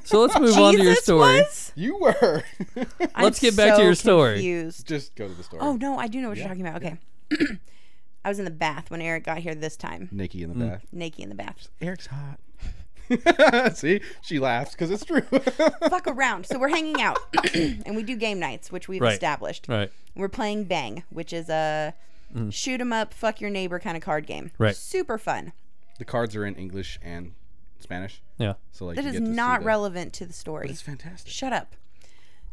Speaker 1: So let's move on to your
Speaker 2: Jesus
Speaker 1: story.
Speaker 2: was?
Speaker 3: You were.
Speaker 1: Let's
Speaker 2: I'm
Speaker 1: get back to
Speaker 2: so
Speaker 1: your story.
Speaker 2: Confused.
Speaker 3: Just go to the story.
Speaker 2: Oh no, I do know what you're talking about. Okay. I was in the bath when Eric got here this time.
Speaker 3: Nikki in the bath.
Speaker 2: Naked in the bath.
Speaker 3: Eric's hot. See, she laughs because it's true.
Speaker 2: Fuck around. So we're hanging out and we do game nights, which we've
Speaker 1: Right.
Speaker 2: established.
Speaker 1: Right. Mm.
Speaker 2: We're playing Bang, which is a shoot 'em up, fuck your neighbor kind of card game.
Speaker 1: Right.
Speaker 2: Super fun.
Speaker 3: the cards are in English and Spanish,
Speaker 1: Yeah.
Speaker 3: so like
Speaker 2: That
Speaker 3: you
Speaker 2: is
Speaker 3: get to see
Speaker 2: not
Speaker 3: the-
Speaker 2: relevant to the story.
Speaker 3: It's fantastic.
Speaker 2: Shut up.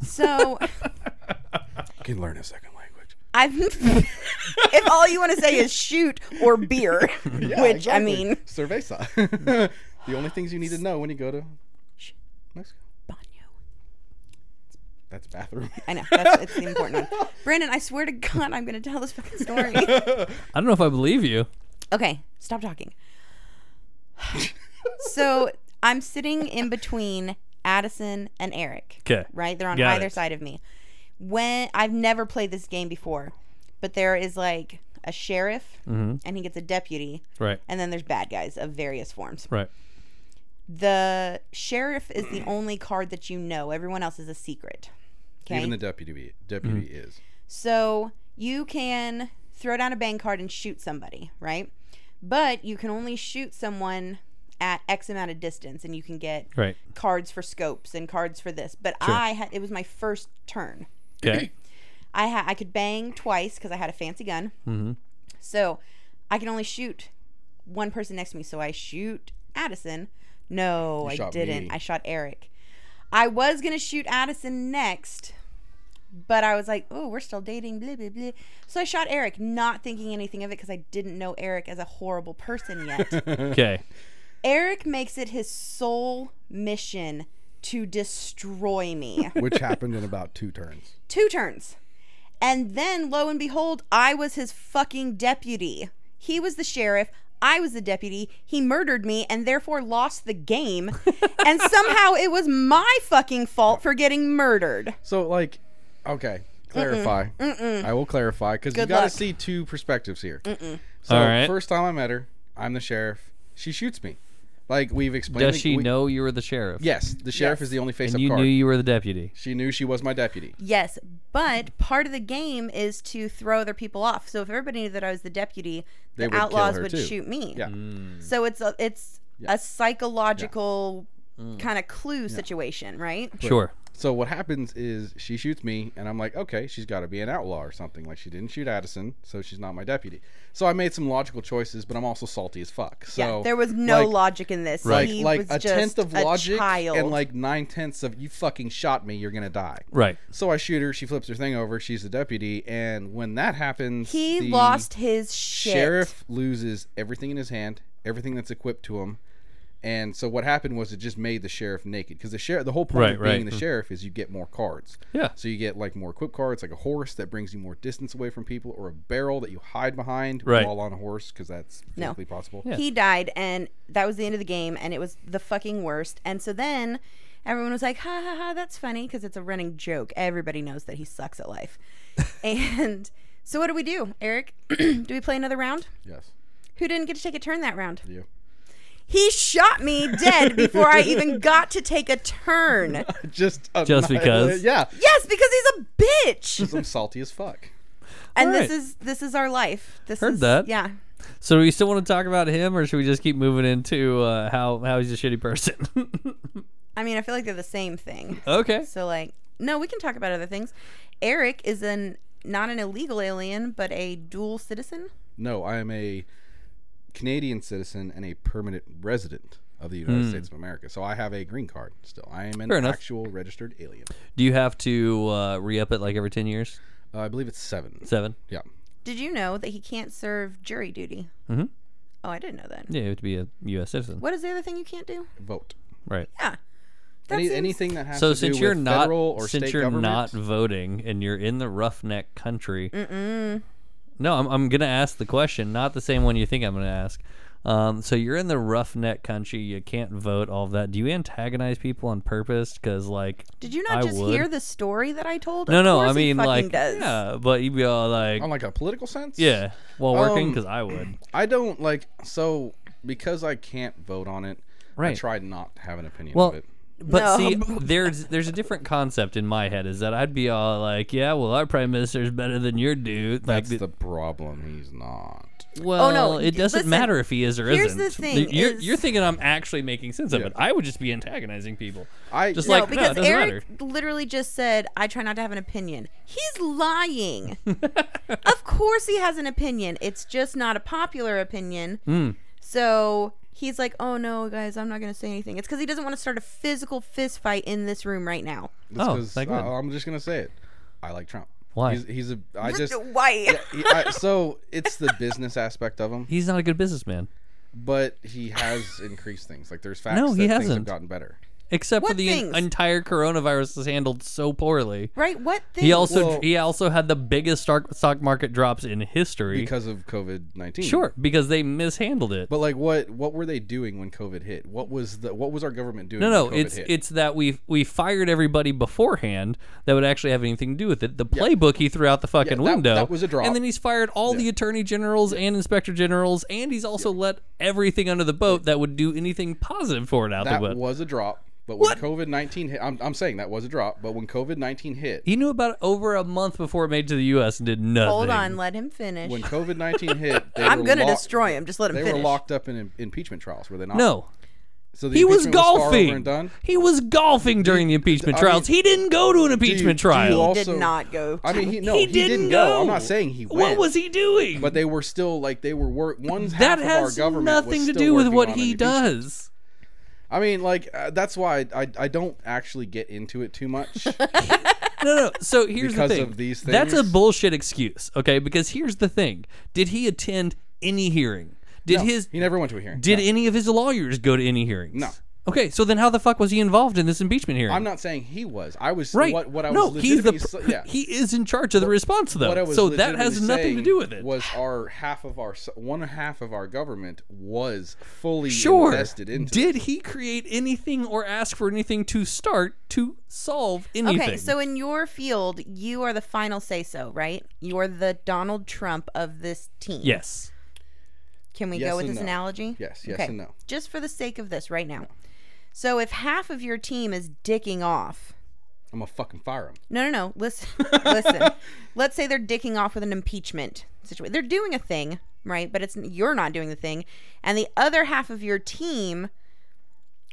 Speaker 2: So
Speaker 3: I can learn a second language.
Speaker 2: I've. if all you want to say is shoot or beer, which I mean,
Speaker 3: cerveza. the only things you need to know when you go to Mexico.
Speaker 2: Baño.
Speaker 3: That's bathroom.
Speaker 2: I know that's it's the important one. Brandon, I swear to God, I'm gonna tell this fucking story.
Speaker 1: I don't know if I believe you.
Speaker 2: Okay, stop talking. so I'm sitting in between Addison and Eric.
Speaker 1: Okay.
Speaker 2: Right? They're on
Speaker 1: Got
Speaker 2: either
Speaker 1: it.
Speaker 2: side of me. When I've never played this game before, but there is like a sheriff
Speaker 1: Mm-hmm.
Speaker 2: and he gets a deputy,
Speaker 1: Right.
Speaker 2: and then there's bad guys of various forms.
Speaker 1: Right.
Speaker 2: The sheriff is the only card that you know. Everyone else is a secret. Okay. Mm-hmm.
Speaker 3: Even the deputy deputy is.
Speaker 2: So you can throw down a bang card and shoot somebody, right? But you can only shoot someone at X amount of distance, and you can get
Speaker 1: Right.
Speaker 2: cards for scopes and cards for this. But I had it was my first turn.
Speaker 1: Okay.
Speaker 2: I had I could bang twice because I had a fancy gun. Mm-hmm. So I can only shoot one person next to me. So I shoot Addison. No, I
Speaker 3: shot
Speaker 2: didn't.
Speaker 3: me.
Speaker 2: I shot Eric. I was gonna shoot Addison next, but I was like, oh, we're still dating. Blah blah blah. So I shot Eric, not thinking anything of it because I didn't know Eric as a horrible person yet.
Speaker 1: Okay.
Speaker 2: Eric makes it his sole mission to destroy me.
Speaker 3: Which happened in about two turns.
Speaker 2: Two turns. And then, lo and behold, I was his fucking deputy. He was the sheriff. I was the deputy. He murdered me and therefore lost the game. and somehow it was my fucking fault for getting murdered.
Speaker 3: So like, okay, clarify. I will clarify because you
Speaker 2: Good
Speaker 3: got to
Speaker 2: luck.
Speaker 3: see two perspectives here. So
Speaker 1: All right.
Speaker 3: first time I met her, I'm the sheriff. She shoots me. Like we've explained.
Speaker 1: Does
Speaker 3: the-
Speaker 1: she
Speaker 3: we-
Speaker 1: know you were the sheriff?
Speaker 3: Yes, the sheriff is the only face
Speaker 1: And
Speaker 3: up
Speaker 1: you
Speaker 3: card.
Speaker 1: knew you were the deputy.
Speaker 3: she knew she was my deputy.
Speaker 2: Yes, but part of the game is to throw other people off. So if everybody knew that I was the deputy,
Speaker 3: They
Speaker 2: the
Speaker 3: would kill
Speaker 2: outlaws
Speaker 3: her
Speaker 2: would
Speaker 3: too.
Speaker 2: shoot me.
Speaker 3: Yeah.
Speaker 2: So it's a, it's
Speaker 3: Yeah. Mm.
Speaker 2: a psychological kind of clue situation, right?
Speaker 1: Sure.
Speaker 3: So what happens is she shoots me, and I'm like, okay, she's got to be an outlaw or something. Like she didn't shoot Addison, so she's not my deputy. So I made some logical choices, but I'm also salty as fuck. So
Speaker 2: yeah, there was no
Speaker 3: like,
Speaker 2: logic in this.
Speaker 3: Like
Speaker 2: He
Speaker 3: like
Speaker 2: was
Speaker 3: a
Speaker 2: just
Speaker 3: tenth of
Speaker 2: a
Speaker 3: logic
Speaker 2: child.
Speaker 3: and like nine tenths of you fucking shot me, you're gonna die.
Speaker 1: Right.
Speaker 3: So I shoot her. She flips her thing over. She's the deputy, and when that happens,
Speaker 2: he
Speaker 3: the
Speaker 2: lost his shit.
Speaker 3: Sheriff loses everything in his hand, everything that's equipped to him, and so what happened was it just made the sheriff naked because the sheriff. The whole point
Speaker 1: Right,
Speaker 3: of being
Speaker 1: right. Mm.
Speaker 3: the sheriff is you get more cards.
Speaker 1: Yeah.
Speaker 3: So you get like more equipped cards, like a horse that brings you more distance away from people, or a barrel that you hide behind
Speaker 1: Right.
Speaker 3: while on a horse because that's
Speaker 2: No.
Speaker 3: physically possible.
Speaker 2: He died, and that was the end of the game, and it was the fucking worst. And so then everyone was like, ha ha ha, that's funny, because it's a running joke. Everybody knows that he sucks at life. and so what do we do, Eric? do we play another round?
Speaker 3: Yes.
Speaker 2: Who didn't get to take a turn that round?
Speaker 3: You.
Speaker 2: He shot me dead before I even got to take a turn.
Speaker 3: Just
Speaker 1: Just because.
Speaker 3: Yeah.
Speaker 2: Yes, because he's a bitch.
Speaker 3: I'm salty as fuck.
Speaker 2: and
Speaker 1: All
Speaker 2: this
Speaker 1: right.
Speaker 2: is this is our life. This
Speaker 1: Heard
Speaker 2: is
Speaker 1: that.
Speaker 2: yeah.
Speaker 1: So do we still want to talk about him, or should we just keep moving into uh, how how he's a shitty person?
Speaker 2: I mean, I feel like they're the same thing.
Speaker 1: okay.
Speaker 2: So like, no, we can talk about other things. Eric is an not an illegal alien, but a dual citizen.
Speaker 3: No, I am a Canadian citizen and a permanent resident of the United States of America. So I have a green card still. I am an
Speaker 1: Hmm. Fair enough.
Speaker 3: actual registered alien.
Speaker 1: Do you have to uh, re up it like every ten years?
Speaker 3: Uh, I believe it's seven.
Speaker 1: Seven.
Speaker 3: Yeah.
Speaker 2: Did you know that he can't serve jury duty?
Speaker 1: Mhm.
Speaker 2: Oh, I didn't know that.
Speaker 1: Yeah, you have to be a U.S. citizen.
Speaker 2: What is the other thing you can't do?
Speaker 3: Vote.
Speaker 1: Right.
Speaker 2: Yeah. That
Speaker 3: Any,
Speaker 2: seems-
Speaker 3: anything that has
Speaker 1: So
Speaker 3: to
Speaker 1: since
Speaker 3: do
Speaker 1: you're
Speaker 3: with
Speaker 1: not
Speaker 3: federal or
Speaker 1: since
Speaker 3: state
Speaker 1: you're
Speaker 3: government,
Speaker 1: not voting and you're in the roughneck country, no, I'm I'm gonna ask the question, not the same one you think I'm gonna ask. Um, so you're in the roughneck country, you can't vote, all of that. Do you antagonize people on purpose? Because like,
Speaker 2: Did you not
Speaker 1: I
Speaker 2: just
Speaker 1: would.
Speaker 2: hear the story that I told?
Speaker 1: No,
Speaker 2: Of
Speaker 1: no,
Speaker 2: course
Speaker 1: I
Speaker 2: he
Speaker 1: mean
Speaker 2: fucking
Speaker 1: like,
Speaker 2: does.
Speaker 1: yeah, but you'd be all like,
Speaker 3: on like a political sense,
Speaker 1: yeah, while working,
Speaker 3: Um,
Speaker 1: because I would.
Speaker 3: I don't like so because I can't vote on it. I
Speaker 1: Right.
Speaker 3: try not to have an opinion
Speaker 1: Well,
Speaker 3: of it.
Speaker 1: But
Speaker 2: No.
Speaker 1: see, there's there's a different concept in my head is that I'd be all like, yeah, well, our prime minister's better than your dude. Like,
Speaker 3: That's the problem. He's not.
Speaker 1: well,
Speaker 2: Oh, no,
Speaker 1: it
Speaker 2: d-
Speaker 1: doesn't
Speaker 2: listen,
Speaker 1: matter if he is or
Speaker 2: here's
Speaker 1: isn't.
Speaker 2: the thing
Speaker 1: you're,
Speaker 2: is-
Speaker 1: you're thinking I'm actually making sense of
Speaker 3: Yeah.
Speaker 1: it. I would just be antagonizing people.
Speaker 3: I
Speaker 1: Just
Speaker 3: no,
Speaker 1: like,
Speaker 2: no, because
Speaker 1: no, it doesn't
Speaker 2: Eric literally just said, "I try not to have an opinion." He's lying.
Speaker 1: Hmm.
Speaker 2: of course, he has an opinion. It's just not a popular opinion. So he's like, "Oh no, guys, I'm not gonna say anything." It's because he doesn't want to start a physical fist fight in this room right now.
Speaker 1: Oh,
Speaker 3: 'cause uh,
Speaker 1: thank
Speaker 3: I,
Speaker 1: God.
Speaker 3: I'm just gonna say it. I like Trump.
Speaker 1: Why?
Speaker 3: He's, he's a. I just.
Speaker 2: why?
Speaker 3: he- I- so it's the business aspect of him,
Speaker 1: He's not a good businessman,
Speaker 3: but he has increased things. Like there's facts
Speaker 1: No,
Speaker 3: that
Speaker 1: he
Speaker 3: things have
Speaker 1: hasn't.
Speaker 3: gotten better.
Speaker 1: except for
Speaker 2: What
Speaker 1: the en-
Speaker 2: things?
Speaker 1: entire coronavirus is handled so poorly.
Speaker 2: Right? What? Thing?
Speaker 1: He also
Speaker 3: Well-
Speaker 1: he also had the biggest stock stock market drops in history.
Speaker 3: because of COVID nineteen.
Speaker 1: sure, because they mishandled it.
Speaker 3: but like, what what were they doing when COVID hit? What was the what was our government doing?
Speaker 1: no, no,
Speaker 3: when COVID
Speaker 1: it's
Speaker 3: hit?
Speaker 1: it's that we we fired everybody beforehand that would actually have anything to do with it. The playbook he threw out the fucking
Speaker 3: that-
Speaker 1: window.
Speaker 3: that was a drop.
Speaker 1: And then he's fired all the attorney generals and inspector generals, and he's also let everything under the boat that would do anything positive for it out
Speaker 3: that
Speaker 1: the boat.
Speaker 3: was a drop. But when COVID nineteen hit, I'm, I'm saying that was a drop. But when COVID nineteen hit,
Speaker 1: he knew about it over a month before it made it to the U.S. and did nothing.
Speaker 2: Hold on, let him finish.
Speaker 3: when COVID nineteen hit, they
Speaker 2: I'm
Speaker 3: were
Speaker 2: gonna
Speaker 3: lock-
Speaker 2: destroy him. Just let him
Speaker 3: They
Speaker 2: finish.
Speaker 3: were locked up in, im- impeachment trials, were they not?
Speaker 1: No,
Speaker 3: So the
Speaker 1: he was
Speaker 3: impeachment far over
Speaker 1: golfing.
Speaker 3: and done.
Speaker 1: He was golfing during the impeachment
Speaker 3: I mean,
Speaker 1: trials. he didn't go to an
Speaker 3: you-
Speaker 1: impeachment
Speaker 3: do you
Speaker 1: trial.
Speaker 3: all-
Speaker 2: Did
Speaker 3: also-
Speaker 2: not go.
Speaker 3: I mean, he, no,
Speaker 1: he,
Speaker 3: he, didn't,
Speaker 1: go.
Speaker 3: go. I'm not saying he went.
Speaker 1: What was he doing?
Speaker 3: But they were still like they were work. One half
Speaker 1: that
Speaker 3: of
Speaker 1: has
Speaker 3: our government was
Speaker 1: nothing to
Speaker 3: still
Speaker 1: do with
Speaker 3: working
Speaker 1: what
Speaker 3: on
Speaker 1: he
Speaker 3: impeachment.
Speaker 1: does.
Speaker 3: I mean, like uh, that's why I, I I don't actually get into it too much.
Speaker 1: No, no. So here's
Speaker 3: Because
Speaker 1: the thing.
Speaker 3: of these
Speaker 1: That's a
Speaker 3: things?
Speaker 1: bullshit excuse, okay? Because here's the thing. Did he attend any hearing? Did his
Speaker 3: he never went to a hearing.
Speaker 1: did
Speaker 3: No.
Speaker 1: any of his lawyers go to any hearings?
Speaker 3: No.
Speaker 1: Okay, so then how the fuck was he involved in this impeachment hearing?
Speaker 3: I'm not saying he was. I was
Speaker 1: right.
Speaker 3: What, what I
Speaker 1: no,
Speaker 3: was
Speaker 1: he's the
Speaker 3: legitimately
Speaker 1: pr-
Speaker 3: s- yeah.
Speaker 1: he is in charge of the response though.
Speaker 3: what I was
Speaker 1: so that
Speaker 3: legitimately
Speaker 1: has nothing to
Speaker 3: saying
Speaker 1: do with it.
Speaker 3: Was our half of our s- one half of our government was fully
Speaker 1: sure.
Speaker 3: invested into
Speaker 1: Did he create anything or ask for anything to start to solve anything?
Speaker 2: Okay, so in your field, you are the final say so, right? You're the Donald Trump of this team.
Speaker 1: yes.
Speaker 2: Can we
Speaker 3: Yes
Speaker 2: go with
Speaker 3: and
Speaker 2: this
Speaker 3: no.
Speaker 2: analogy?
Speaker 3: Yes, yes and no.
Speaker 2: Just for the sake of this right now. So if half of your team is dicking off,
Speaker 3: I'm gonna fucking fire him.
Speaker 2: no, no, no, listen, listen. Let's say they're dicking off with an impeachment situation. They're doing a thing, right? But it's you're not doing the thing, and the other half of your team,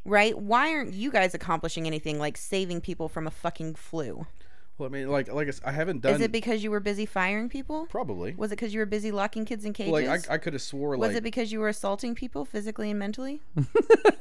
Speaker 2: right? Why aren't you guys accomplishing anything like saving people from a fucking flu?
Speaker 3: Well, I mean, like, like I, s- I haven't done
Speaker 2: Is it because you were busy firing people?
Speaker 3: probably.
Speaker 2: Was it because you were busy locking kids in cages?
Speaker 3: Like, I, I could have swore
Speaker 2: was
Speaker 3: like
Speaker 2: it because you were assaulting people physically and mentally?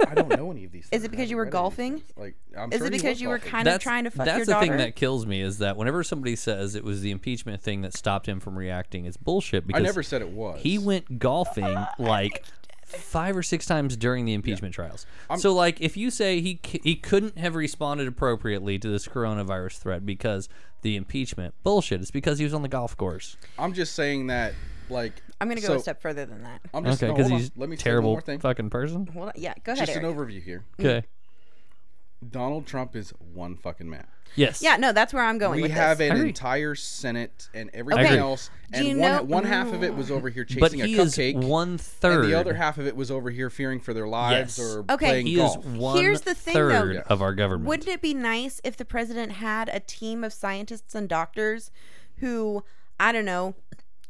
Speaker 3: I don't know any of these. things.
Speaker 2: it
Speaker 3: I
Speaker 2: because
Speaker 3: haven't
Speaker 2: you were
Speaker 3: read any of these
Speaker 2: golfing?
Speaker 3: things. Like, I'm
Speaker 2: Is
Speaker 3: sure
Speaker 2: it
Speaker 3: he
Speaker 2: because
Speaker 3: was
Speaker 2: you were
Speaker 3: golfing.
Speaker 2: kind of trying to fuck
Speaker 1: that's
Speaker 2: your
Speaker 1: the
Speaker 2: daughter?
Speaker 1: thing that kills me is that whenever somebody says it was the impeachment thing that stopped him from reacting, it's bullshit
Speaker 3: I
Speaker 1: because
Speaker 3: never said it was.
Speaker 1: he went golfing like five or six times during the impeachment trials. so like if you say he c- he couldn't have responded appropriately to this coronavirus threat because the impeachment bullshit, it's because he was on the golf course.
Speaker 3: I'm just saying that, like,
Speaker 2: I'm going to go
Speaker 3: so,
Speaker 2: a step further than that.
Speaker 3: I'm just
Speaker 1: Okay,
Speaker 3: no, hold
Speaker 1: because
Speaker 3: on.
Speaker 1: he's
Speaker 3: Let me say one
Speaker 1: terrible
Speaker 3: more thing.
Speaker 1: fucking person.
Speaker 2: Hold on. Yeah, go ahead.
Speaker 3: Just an
Speaker 2: Eric.
Speaker 3: overview here.
Speaker 2: Mm.
Speaker 1: Okay.
Speaker 3: Donald Trump is one fucking man.
Speaker 1: Yes.
Speaker 2: yeah, no, that's where I'm going
Speaker 3: We
Speaker 2: with
Speaker 3: have
Speaker 2: this.
Speaker 1: I
Speaker 3: an
Speaker 1: agree.
Speaker 3: entire Senate and everything
Speaker 1: agree.
Speaker 3: else,
Speaker 2: Do
Speaker 3: and
Speaker 2: you
Speaker 3: one
Speaker 2: know-
Speaker 3: one half of it was over here chasing
Speaker 1: But
Speaker 3: a
Speaker 1: he is
Speaker 3: cupcake,
Speaker 1: one third.
Speaker 3: and the other half of it was over here fearing for their lives
Speaker 1: Yes.
Speaker 3: or
Speaker 2: Okay.
Speaker 3: playing
Speaker 1: He
Speaker 3: golf.
Speaker 1: is one
Speaker 2: Here's the thing, though.
Speaker 1: third of our government.
Speaker 2: Wouldn't it be nice if the president had a team of scientists and doctors who, I don't know,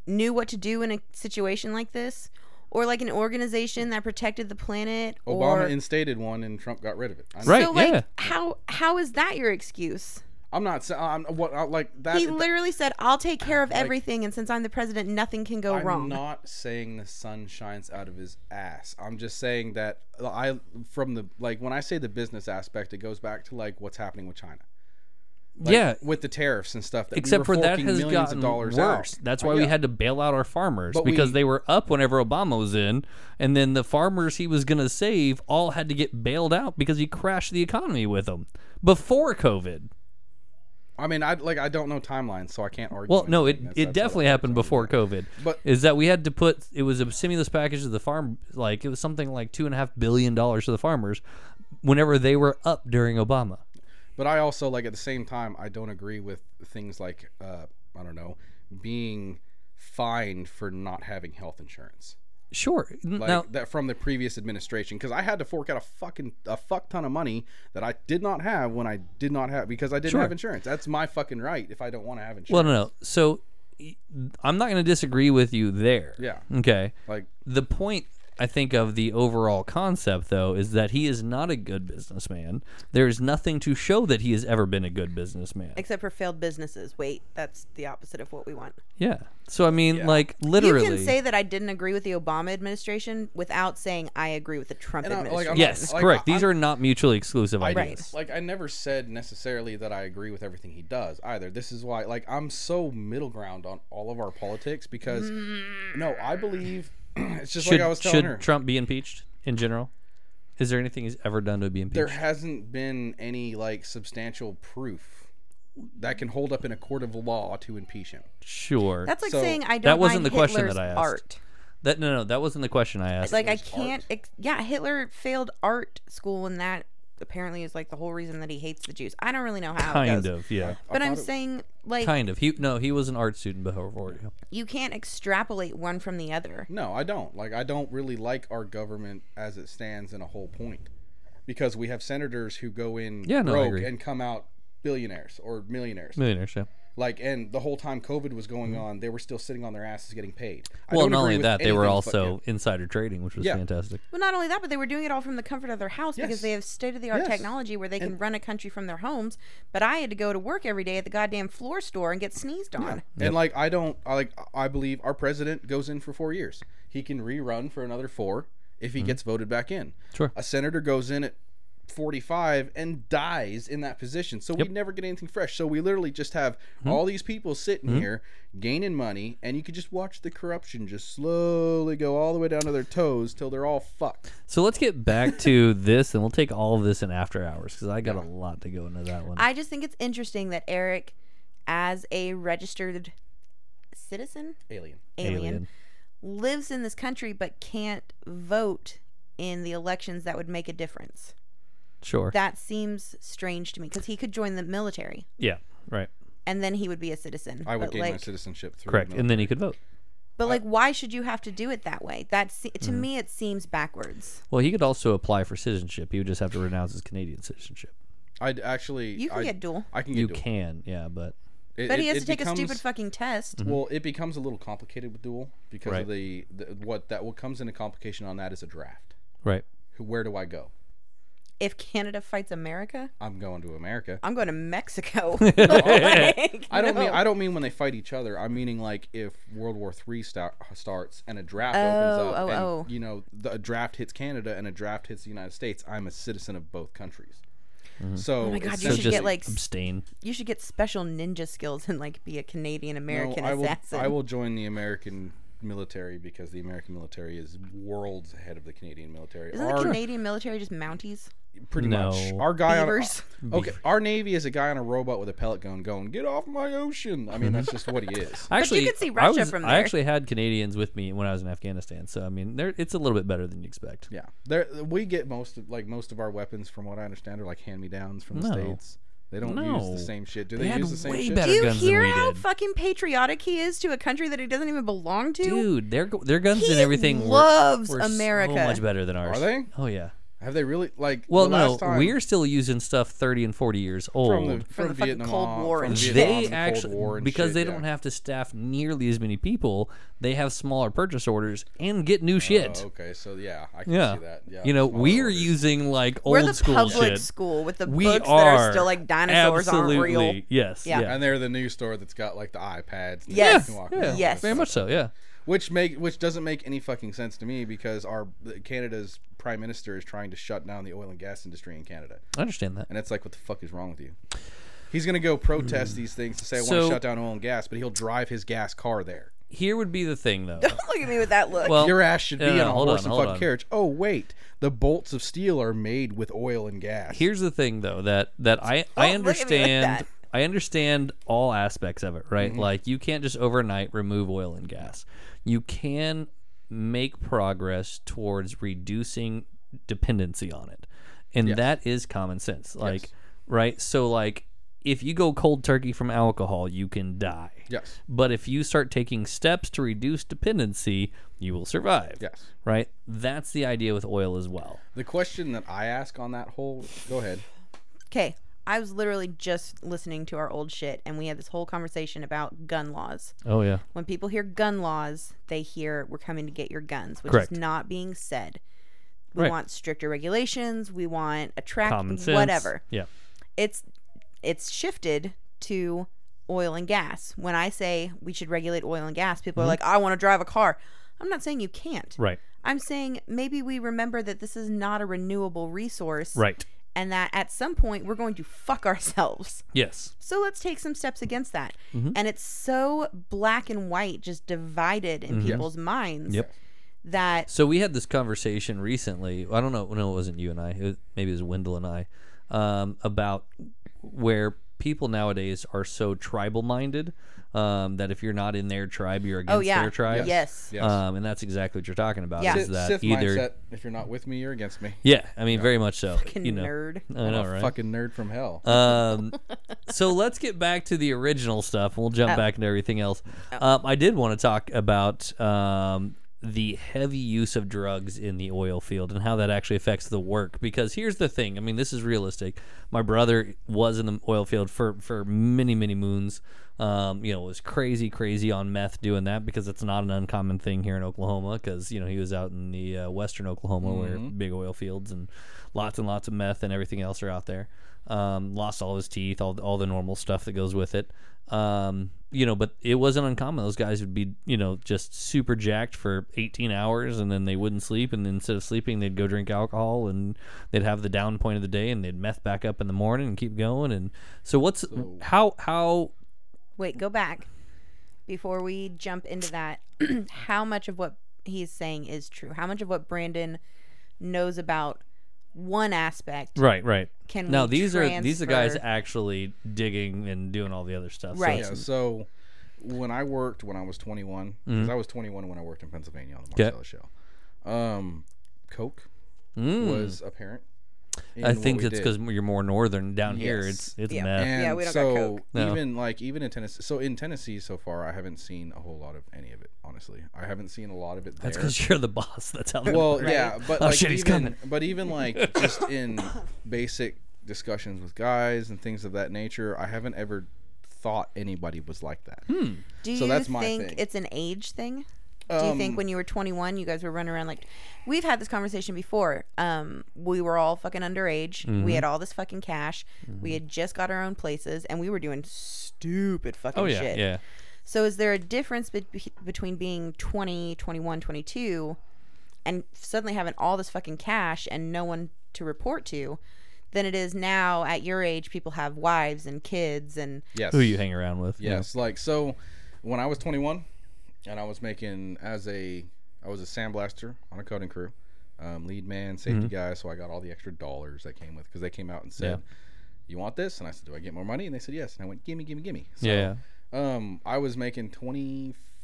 Speaker 2: knew what to do in a situation like this? Or like an organization that protected the planet?
Speaker 3: Obama
Speaker 2: or...
Speaker 3: instated one, and Trump got rid of it. I know.
Speaker 1: Right,
Speaker 2: So like
Speaker 1: yeah.
Speaker 2: how how is that your excuse?
Speaker 3: I'm not. sa- I'm what I- like that.
Speaker 2: He literally said, "I'll take care of everything, and since I'm the president, nothing can go
Speaker 3: I'm
Speaker 2: wrong."
Speaker 3: not saying the sun shines out of his ass. I'm just saying that I from the like when I say the business aspect, it goes back to like what's happening with China. Like,
Speaker 1: yeah.
Speaker 3: with the tariffs and stuff. That we
Speaker 1: Except
Speaker 3: were
Speaker 1: for that
Speaker 3: forking
Speaker 1: has
Speaker 3: millions
Speaker 1: gotten
Speaker 3: of dollars
Speaker 1: worse.
Speaker 3: Out.
Speaker 1: That's
Speaker 3: Uh,
Speaker 1: why we
Speaker 3: yeah.
Speaker 1: had to bail out our farmers
Speaker 3: But
Speaker 1: because
Speaker 3: we-
Speaker 1: they were up whenever Obama was in, and then the farmers he was going to save all had to get bailed out because he crashed the economy with them before COVID.
Speaker 3: I mean, I like I don't know timelines, so I can't argue.
Speaker 1: Well, no, it
Speaker 3: anything. That's-
Speaker 1: it
Speaker 3: that's what
Speaker 1: definitely
Speaker 3: I-
Speaker 1: happened before COVID.
Speaker 3: But-
Speaker 1: is that we had to put it was a stimulus package to the farm, like it was something like two and a half billion dollars to the farmers, whenever they were up during Obama.
Speaker 3: But I also like at the same time I don't agree with things like uh, I don't know being fined for not having health insurance.
Speaker 1: Sure. N-
Speaker 3: like
Speaker 1: now,
Speaker 3: that from the previous administration because I had to fork out a fucking a fuck ton of money that I did not have when I did not have because I didn't
Speaker 1: Sure.
Speaker 3: have insurance. That's my fucking right if I don't want to have insurance.
Speaker 1: well, no, no. So y- I'm not going to disagree with you there.
Speaker 3: Yeah.
Speaker 1: Okay.
Speaker 3: Like
Speaker 1: the point I think of the overall concept though is that he is not a good businessman. There is nothing to show that he has ever been a good businessman.
Speaker 2: Except for failed businesses. Wait, that's the opposite of what we want.
Speaker 1: Yeah. So I mean, like literally.
Speaker 2: You can say that I didn't agree with the Obama administration without saying I agree with the Trump
Speaker 3: And I- like,
Speaker 2: administration.
Speaker 3: I'm not-
Speaker 1: yes,
Speaker 3: Like,
Speaker 1: correct.
Speaker 3: I-
Speaker 1: These are not mutually exclusive ideas.
Speaker 3: Like I never said necessarily that I agree with everything he does either. This is why like I'm so middle ground on all of our politics because no, I believe it's just
Speaker 1: Should
Speaker 3: like I was telling
Speaker 1: should
Speaker 3: her.
Speaker 1: Trump be impeached in general? Is there anything he's ever done to be impeached?
Speaker 3: there hasn't been any like substantial proof that can hold up in a court of law to impeach him.
Speaker 1: sure.
Speaker 2: that's like
Speaker 3: So-
Speaker 2: saying I don't
Speaker 1: That wasn't
Speaker 2: mind
Speaker 1: the question
Speaker 2: Hitler's
Speaker 1: that I asked.
Speaker 2: art.
Speaker 1: that no, no, that wasn't the question I asked.
Speaker 2: Like I
Speaker 3: Hitler's
Speaker 2: can't.
Speaker 3: art.
Speaker 2: Ex- yeah, Hitler failed art school, and that apparently is like the whole reason that he hates the Jews. I don't really know how. it
Speaker 1: kind
Speaker 2: goes.
Speaker 1: of, yeah.
Speaker 2: But
Speaker 3: I
Speaker 2: I'm
Speaker 3: thought it-
Speaker 2: saying like
Speaker 1: Kind of. He no, he was an art student before. you.
Speaker 2: you can't extrapolate one from the other.
Speaker 3: No, I don't. Like I don't really like our government as it stands in a whole point. Because we have senators who go in
Speaker 1: Yeah, no, I
Speaker 3: rogue
Speaker 1: agree.
Speaker 3: and come out billionaires or millionaires.
Speaker 1: Millionaire show.
Speaker 3: Like, and the whole time COVID was going on, they were still sitting on their asses getting paid. I
Speaker 1: Mm-hmm. Well,
Speaker 3: don't
Speaker 1: not
Speaker 3: agree
Speaker 1: only
Speaker 3: with
Speaker 1: that, they were
Speaker 3: anything
Speaker 1: also
Speaker 3: fucking-
Speaker 1: insider trading, which was
Speaker 3: Yeah.
Speaker 1: fantastic.
Speaker 2: Well, not only that, but they were doing it all from the comfort of their house because
Speaker 3: Yes.
Speaker 2: they have state of the art
Speaker 3: Yes.
Speaker 2: technology where they can run a country from their homes. But I had to go to work every day at the goddamn floor store and get sneezed on.
Speaker 3: And like, I don't I like. I believe our president goes in for four years. He can rerun for another four if he gets voted back in.
Speaker 1: Mm-hmm. Sure.
Speaker 3: A senator goes in at forty-five and dies in that position, so we never get anything fresh. So we literally just have
Speaker 1: Mm-hmm.
Speaker 3: all these people sitting here gaining money, and you could just watch the corruption just slowly go all the way down to their toes till they're all fucked.
Speaker 1: So let's get back to this, and we'll take all of this in after hours because I got a lot to go into that one.
Speaker 2: I just think it's interesting that Eric, as a registered citizen,
Speaker 3: Alien.
Speaker 2: alien, lives in this country but can't vote in the elections that would make a difference.
Speaker 1: Sure.
Speaker 2: That seems strange to me because he could join the military
Speaker 1: yeah. Right.
Speaker 2: and then he would be a citizen.
Speaker 3: I would
Speaker 2: but
Speaker 3: gain
Speaker 2: like,
Speaker 3: my citizenship through
Speaker 1: Correct.
Speaker 3: the
Speaker 1: And then he could vote.
Speaker 2: But like, why should you have to do it that way? That se- to
Speaker 3: Mm-hmm.
Speaker 2: me, it seems backwards.
Speaker 1: Well, he could also apply for citizenship. He would just have to renounce his Canadian citizenship.
Speaker 3: I'd actually.
Speaker 2: You can
Speaker 3: I,
Speaker 2: get dual,
Speaker 3: I can get
Speaker 1: You
Speaker 3: dual.
Speaker 1: can, yeah, but
Speaker 3: It-
Speaker 2: but
Speaker 3: it-
Speaker 2: he has
Speaker 3: it
Speaker 2: to take
Speaker 3: becomes-
Speaker 2: a stupid fucking test.
Speaker 3: Well, it becomes a little complicated with dual because
Speaker 1: Right.
Speaker 3: of the, the what that what comes into complication on that is a draft.
Speaker 1: right.
Speaker 3: Who- Where do I go?
Speaker 2: If Canada fights America,
Speaker 3: I'm going to America.
Speaker 2: I'm going to Mexico. Like,
Speaker 3: I don't mean
Speaker 2: no.
Speaker 3: I don't mean when they fight each other. I'm meaning like if World War Three start, starts and a draft
Speaker 2: Oh,
Speaker 3: opens up,
Speaker 2: oh,
Speaker 3: and
Speaker 2: oh.
Speaker 3: you know the, a draft hits Canada and a draft hits the United States. I'm a citizen of both countries. So,
Speaker 2: Oh my God, you
Speaker 1: So
Speaker 2: should
Speaker 1: just
Speaker 2: get like s-
Speaker 1: abstain.
Speaker 2: you should get special ninja skills and like be a Canadian
Speaker 3: no,
Speaker 2: American
Speaker 3: I will
Speaker 2: assassin.
Speaker 3: I will join the American military because the American military is worlds ahead of the Canadian military.
Speaker 2: Isn't
Speaker 3: Our-
Speaker 2: the Canadian military just Mounties?
Speaker 3: pretty
Speaker 1: No.
Speaker 3: much. Our guy on
Speaker 2: Beavers.
Speaker 1: uh,
Speaker 3: okay, our navy is a guy on a robot with a pellet gun going, "Get off my ocean!" I mean, that's just what he is.
Speaker 1: I Actually,
Speaker 2: could
Speaker 1: I,
Speaker 2: see Russia
Speaker 1: was-
Speaker 2: from
Speaker 1: I
Speaker 2: there.
Speaker 1: actually had Canadians with me when I was in Afghanistan, so I mean, there it's a little bit better than you expect.
Speaker 3: Yeah, there we get most of like most of our weapons from what I understand are like hand me downs from the
Speaker 1: No.
Speaker 3: states. They don't use
Speaker 1: No.
Speaker 3: the same shit. Do
Speaker 1: They
Speaker 3: they,
Speaker 1: had
Speaker 3: use the same
Speaker 1: way
Speaker 3: shit?
Speaker 1: better-
Speaker 2: Do you
Speaker 1: guns than
Speaker 2: hear
Speaker 1: we
Speaker 2: how
Speaker 1: did.
Speaker 2: fucking patriotic he is to a country that he doesn't even belong to?
Speaker 1: Dude, their gu- their guns
Speaker 2: He
Speaker 1: and everything were-
Speaker 2: loves
Speaker 1: were,
Speaker 2: America.
Speaker 1: so much better than ours.
Speaker 3: Are they?
Speaker 1: Oh yeah.
Speaker 3: Have they really like?
Speaker 1: Well,
Speaker 3: the
Speaker 1: no,
Speaker 3: last time
Speaker 1: we're still using stuff 30 and 40 years
Speaker 3: from the
Speaker 1: old.
Speaker 3: from,
Speaker 2: the fucking
Speaker 3: Vietnam,
Speaker 2: Cold War
Speaker 3: from
Speaker 2: and shit.
Speaker 3: Vietnam
Speaker 1: they
Speaker 3: and the Cold
Speaker 1: actually
Speaker 3: War and
Speaker 1: because
Speaker 3: shit,
Speaker 1: they
Speaker 3: yeah.
Speaker 1: don't have to staff nearly as many people, they have smaller purchase orders and get new shit.
Speaker 3: Oh, okay, so yeah, I can
Speaker 1: Yeah.
Speaker 3: see that. Yeah,
Speaker 1: you know,
Speaker 3: smaller
Speaker 1: we're
Speaker 3: orders.
Speaker 1: using like old
Speaker 2: We're the
Speaker 1: school
Speaker 2: public
Speaker 1: shit.
Speaker 2: school with the
Speaker 1: we
Speaker 2: books
Speaker 1: are
Speaker 2: that are still like dinosaurs
Speaker 1: absolutely,
Speaker 2: aren't real.
Speaker 1: Yes.
Speaker 2: Yeah.
Speaker 1: Yeah.
Speaker 3: And they're the new store that's got like the iPads. and
Speaker 2: Yeah,
Speaker 3: you
Speaker 2: Yes.
Speaker 3: can walk
Speaker 1: yeah,
Speaker 3: around
Speaker 2: Yes.
Speaker 3: with.
Speaker 1: Very much so, yeah.
Speaker 3: which make which doesn't make any fucking sense to me because our Canada's prime minister is trying to shut down the oil and gas industry in Canada,
Speaker 1: I understand that.
Speaker 3: and it's like, what the fuck is wrong with you? He's gonna go protest these things to say I want
Speaker 1: So-
Speaker 3: to shut down oil and gas, but he'll drive his gas car there.
Speaker 1: Here would be the thing though.
Speaker 2: Don't look at me with that look.
Speaker 1: Well,
Speaker 3: Your ass should be
Speaker 1: no,
Speaker 3: in
Speaker 1: no,
Speaker 3: a
Speaker 1: Oh, hold
Speaker 3: horse
Speaker 1: on,
Speaker 3: and
Speaker 1: hold
Speaker 3: fucking
Speaker 1: on.
Speaker 3: carriage. Oh wait, the bolts of steel are made with oil and gas.
Speaker 1: here's the thing though that that I I
Speaker 2: Don't Oh, look at me like
Speaker 1: understand
Speaker 2: that. Mm-hmm.
Speaker 1: I understand all aspects of it, right? Like you can't just overnight remove oil and gas. You can make progress towards reducing dependency on it. And that is common sense. Like right? So like if you go cold turkey from alcohol, you can die.
Speaker 3: yes,
Speaker 1: But if you start taking steps to reduce dependency, you will survive.
Speaker 3: yes.
Speaker 1: Right? That's the idea with oil as well.
Speaker 3: The question that I ask on that whole go ahead.
Speaker 2: Okay, I was literally just listening to our old shit, and we had this whole conversation about gun laws.
Speaker 1: Oh yeah.
Speaker 2: When people hear gun laws, they hear we're coming to get your guns, which
Speaker 1: Correct.
Speaker 2: is not being said. We
Speaker 1: Right.
Speaker 2: want stricter regulations. We want a track,
Speaker 1: Common sense.
Speaker 2: whatever.
Speaker 1: Yeah.
Speaker 2: It's it's shifted to oil and gas. When I say we should regulate oil and gas, people are like, "I want to drive a car." I'm not saying you can't.
Speaker 1: Mm-hmm. Right.
Speaker 2: I'm saying maybe we remember that this is not a renewable resource,
Speaker 1: Right.
Speaker 2: and that at some point we're going to fuck ourselves.
Speaker 1: Yes.
Speaker 2: So let's take some steps against that.
Speaker 1: Mm-hmm.
Speaker 2: And it's so black and white, just divided in people's minds
Speaker 1: Mm-hmm. Yep.
Speaker 2: that
Speaker 1: So we had this conversation recently. I don't know. No, it wasn't you and I. It was, maybe it was Wendell and I um, about where people nowadays are so tribal minded um, that if you're not in their tribe, you're against
Speaker 2: oh yeah,
Speaker 1: their tribe.
Speaker 2: yes,
Speaker 3: Yes.
Speaker 1: Um, and that's exactly what you're talking about.
Speaker 2: Yeah.
Speaker 1: Is
Speaker 3: Sith,
Speaker 1: that
Speaker 3: Sith
Speaker 1: either?
Speaker 3: mindset. If you're not with me, you're against me.
Speaker 1: Yeah, I mean, very much so.
Speaker 2: Fucking
Speaker 1: you know,
Speaker 2: nerd.
Speaker 1: I know,
Speaker 3: I'm a
Speaker 1: right?
Speaker 3: Fucking nerd from hell.
Speaker 1: Um, so let's get back to the original stuff. and We'll jump back into everything else. Um, I did want to talk about um, the heavy use of drugs in the oil field and how that actually affects the work. Because here's the thing. I mean, this is realistic. My brother was in the oil field for for many many moons. Um, you know, was crazy crazy on meth doing that because it's not an uncommon thing here in Oklahoma. Because you know he was out in the uh, western Oklahoma where big oil fields and lots and lots of meth and everything else are out there um, lost all his teeth, all, all the normal stuff that goes with it. Um, you know, but it wasn't uncommon. Those guys would be, you know, just super jacked for 18 hours and then they wouldn't sleep. And then instead of sleeping, they'd go drink alcohol and they'd have the down point of the day and they'd meth back up in the morning and keep going. And so, what's how, how,
Speaker 2: Wait, go back before we jump into that. how much of what he's saying is true? How much of what Brandon knows about one aspect?
Speaker 1: right, right.
Speaker 2: Can
Speaker 1: Now,
Speaker 2: we
Speaker 1: these are these are guys
Speaker 2: transfer-
Speaker 1: actually digging and doing all the other stuff. So
Speaker 2: Right.
Speaker 1: it's-
Speaker 3: Yeah, so when I worked when I was 21, because
Speaker 1: Mm-hmm.
Speaker 3: I was 21 when I worked in Pennsylvania on the Marcella Show, um, Coke
Speaker 1: Mm.
Speaker 3: was apparent. in
Speaker 1: I
Speaker 3: what
Speaker 1: think
Speaker 3: we
Speaker 1: it's
Speaker 3: did.
Speaker 1: because you're more northern down here.
Speaker 3: Yes.
Speaker 1: It's it's
Speaker 2: Yeah.
Speaker 1: meth.
Speaker 3: And
Speaker 2: Yeah, we don't got
Speaker 3: so
Speaker 2: Coke.
Speaker 1: No.
Speaker 3: even like even in Tennessee, so in Tennessee so far, I haven't seen a whole lot of any of it. Honestly, I haven't seen a lot of it there.
Speaker 1: That's because you're the boss. That's how. that
Speaker 3: well,
Speaker 1: works.
Speaker 3: yeah, but
Speaker 1: Oh,
Speaker 3: like
Speaker 1: shit, he's
Speaker 3: even
Speaker 1: coming.
Speaker 3: but even like just in basic discussions with guys and things of that nature, I haven't ever thought anybody was like that.
Speaker 1: Hmm.
Speaker 2: Do
Speaker 3: so
Speaker 2: you
Speaker 3: that's my
Speaker 2: think
Speaker 3: thing. Um,
Speaker 2: it's an age thing? Do you think when you were 21, you guys were running around like, we've had this conversation before. Um, we were all fucking underage.
Speaker 1: Mm-hmm.
Speaker 2: We had all this fucking cash. We had just got our own places, and we were doing stupid fucking
Speaker 1: Oh yeah,
Speaker 2: shit.
Speaker 1: yeah.
Speaker 2: So is there a difference be- be- between being 20, 21, 22 and suddenly having all this fucking cash and no one to report to than it is now at your age people have wives and kids and
Speaker 3: Yes.
Speaker 1: Who you hang around with? yeah.
Speaker 3: Yes, like so when I was 21 and I was making as a I was a sandblaster on a coding crew, um, lead man, safety
Speaker 1: Mm-hmm.
Speaker 3: guy, so I got all the extra dollars that came with because they came out and said, "You want this?" and I said, "Do I get more money?" and they said, "Yes." And I went, "Gimme, gimme, gimme." So,
Speaker 1: Yeah.
Speaker 3: Um, I was making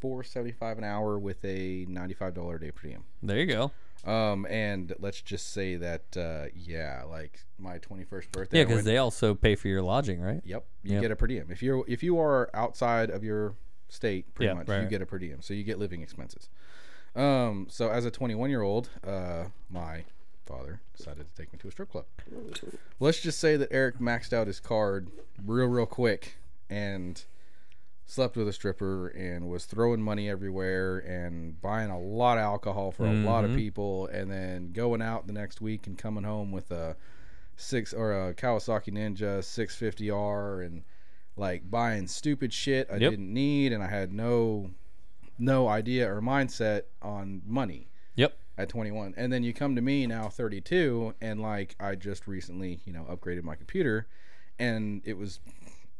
Speaker 3: 24.75 an hour with a $95 a day per diem.
Speaker 1: There you go.
Speaker 3: Um, and let's just say that uh, yeah, like my 21st birthday
Speaker 1: Yeah,
Speaker 3: I went-
Speaker 1: because they also pay for your lodging, right?
Speaker 3: Yep, you
Speaker 1: Yep.
Speaker 3: get a per diem. If you're if you are outside of your state, pretty
Speaker 1: Yeah,
Speaker 3: much you
Speaker 1: right.
Speaker 3: get a per diem. So you get living expenses. Um, so as a 21 year old, uh, my father decided to take me to a strip club. Let's just say that Eric maxed out his card real real quick and slept with a stripper and was throwing money everywhere and buying a lot of alcohol for a lot of
Speaker 1: Mm-hmm.
Speaker 3: people and then going out the next week and coming home with a six or a Kawasaki Ninja 650R and like buying stupid shit I
Speaker 1: Yep.
Speaker 3: didn't need and I had no no idea or mindset on money
Speaker 1: Yep.
Speaker 3: at 21 and then you come to me now 32 and like i just recently you know upgraded my computer and it was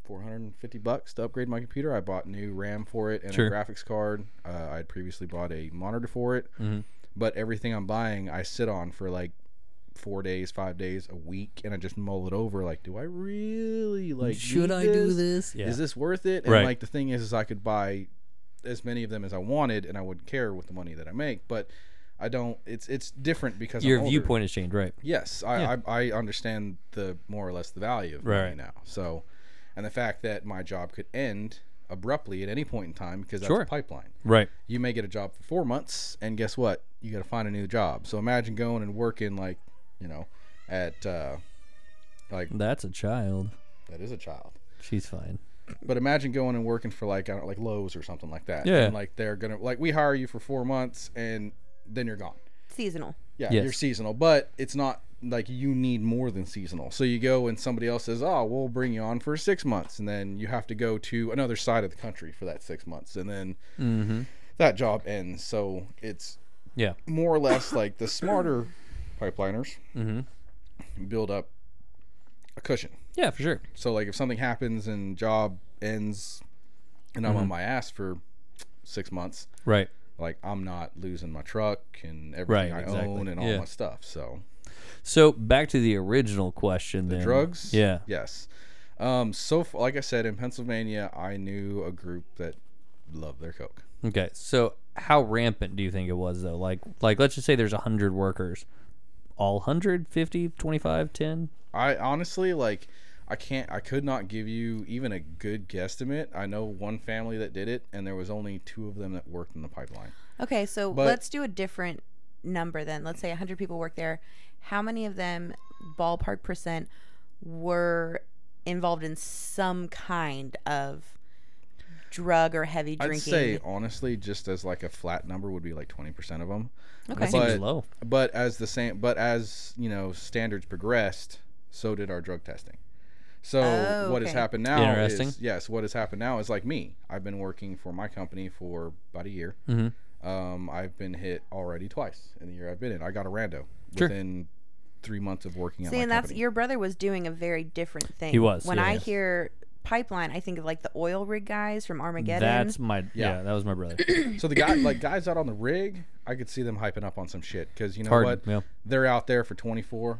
Speaker 3: 450 bucks to upgrade my computer i bought new ram for it and
Speaker 1: Sure.
Speaker 3: a graphics card uh, i had previously bought a monitor for it
Speaker 1: Mm-hmm.
Speaker 3: but everything i'm buying i sit on for like four days five days a week and i just mull it over like do i really like
Speaker 1: Should
Speaker 3: need
Speaker 1: I do this? Yeah.
Speaker 3: is this worth it? And
Speaker 1: Right.
Speaker 3: like the thing is, is I could buy as many of them as I wanted, and I wouldn't care with the money that I make. But I don't. It's it's different because
Speaker 1: your
Speaker 3: I'm older.
Speaker 1: viewpoint has changed, right?
Speaker 3: Yes, I, I I understand the more or less the value of money
Speaker 1: Right.
Speaker 3: now. So, and the fact that my job could end abruptly at any point in time because that's
Speaker 1: Sure.
Speaker 3: a pipeline.
Speaker 1: Right.
Speaker 3: You may get a job for four months, and guess what? You got to find a new job. So imagine going and working like, you know, at uh, Like
Speaker 1: That's a child.
Speaker 3: that is a child.
Speaker 1: She's fine.
Speaker 3: But imagine going and working for like I don't like Lowe's or something like that.
Speaker 1: Yeah.
Speaker 3: And like they're gonna like we hire you for four months and then you're gone.
Speaker 2: Seasonal.
Speaker 3: Yeah,
Speaker 1: Yes.
Speaker 3: you're seasonal, but it's not like you need more than seasonal. So you go and somebody else says, "Oh, we'll bring you on for six months," and then you have to go to another side of the country for that six months, and then
Speaker 1: Mm-hmm.
Speaker 3: that job ends. So it's
Speaker 1: Yeah.
Speaker 3: more or less like the smarter pipeliners
Speaker 1: Mm-hmm.
Speaker 3: build up a cushion.
Speaker 1: Yeah, for sure.
Speaker 3: So like if something happens and job ends, and
Speaker 1: Mm-hmm.
Speaker 3: I'm on my ass for six months,
Speaker 1: Right.
Speaker 3: like I'm not losing my truck and everything
Speaker 1: Right,
Speaker 3: I
Speaker 1: exactly.
Speaker 3: own and all
Speaker 1: Yeah.
Speaker 3: my stuff. So
Speaker 1: So back to the original question. The
Speaker 3: drugs,
Speaker 1: Yeah.
Speaker 3: yes. Um, so f- like I said, in Pennsylvania, I knew a group that loved their coke.
Speaker 1: Okay. So how rampant do you think it was though? Like like let's just say there's 100 workers. All 100, 50, 25, 10?
Speaker 3: I honestly like I can't I could not give you even a good guesstimate. I know one family that did it and there was only two of them that worked in the pipeline.
Speaker 2: Okay, so
Speaker 3: But-
Speaker 2: let's do a different number then. Let's say 100 people work there. How many of them, ballpark percent, were involved in some kind of drug or heavy drinking?
Speaker 3: I'd say honestly just as like a flat number would be like 20% of them.
Speaker 2: okay.
Speaker 1: Seems
Speaker 3: But-
Speaker 1: low.
Speaker 3: But as the same but as, you know, standards progressed, so did our drug testing. So
Speaker 2: Oh,
Speaker 3: what has
Speaker 2: okay.
Speaker 3: happened now
Speaker 1: Interesting.
Speaker 3: is yes, what has happened now is like me. I've been working for my company for about a year.
Speaker 1: Mhm.
Speaker 3: Um, I've been hit already twice in the year I've been in. I got a rando
Speaker 1: Sure.
Speaker 3: within three months of working at
Speaker 2: See,
Speaker 3: my
Speaker 2: and that's
Speaker 3: company.
Speaker 2: your brother was doing a very different thing.
Speaker 1: He was,
Speaker 2: When
Speaker 1: yeah,
Speaker 2: I
Speaker 1: yeah.
Speaker 2: hear pipeline, I think of like the oil rig guys from Armageddon.
Speaker 1: That's my yeah. that was my brother.
Speaker 3: So the guy, like guys out on the rig, I could see them hyping up on some shit because you know
Speaker 1: Hard,
Speaker 3: what?
Speaker 1: yeah. Mm-hmm.
Speaker 3: They're out there for 24,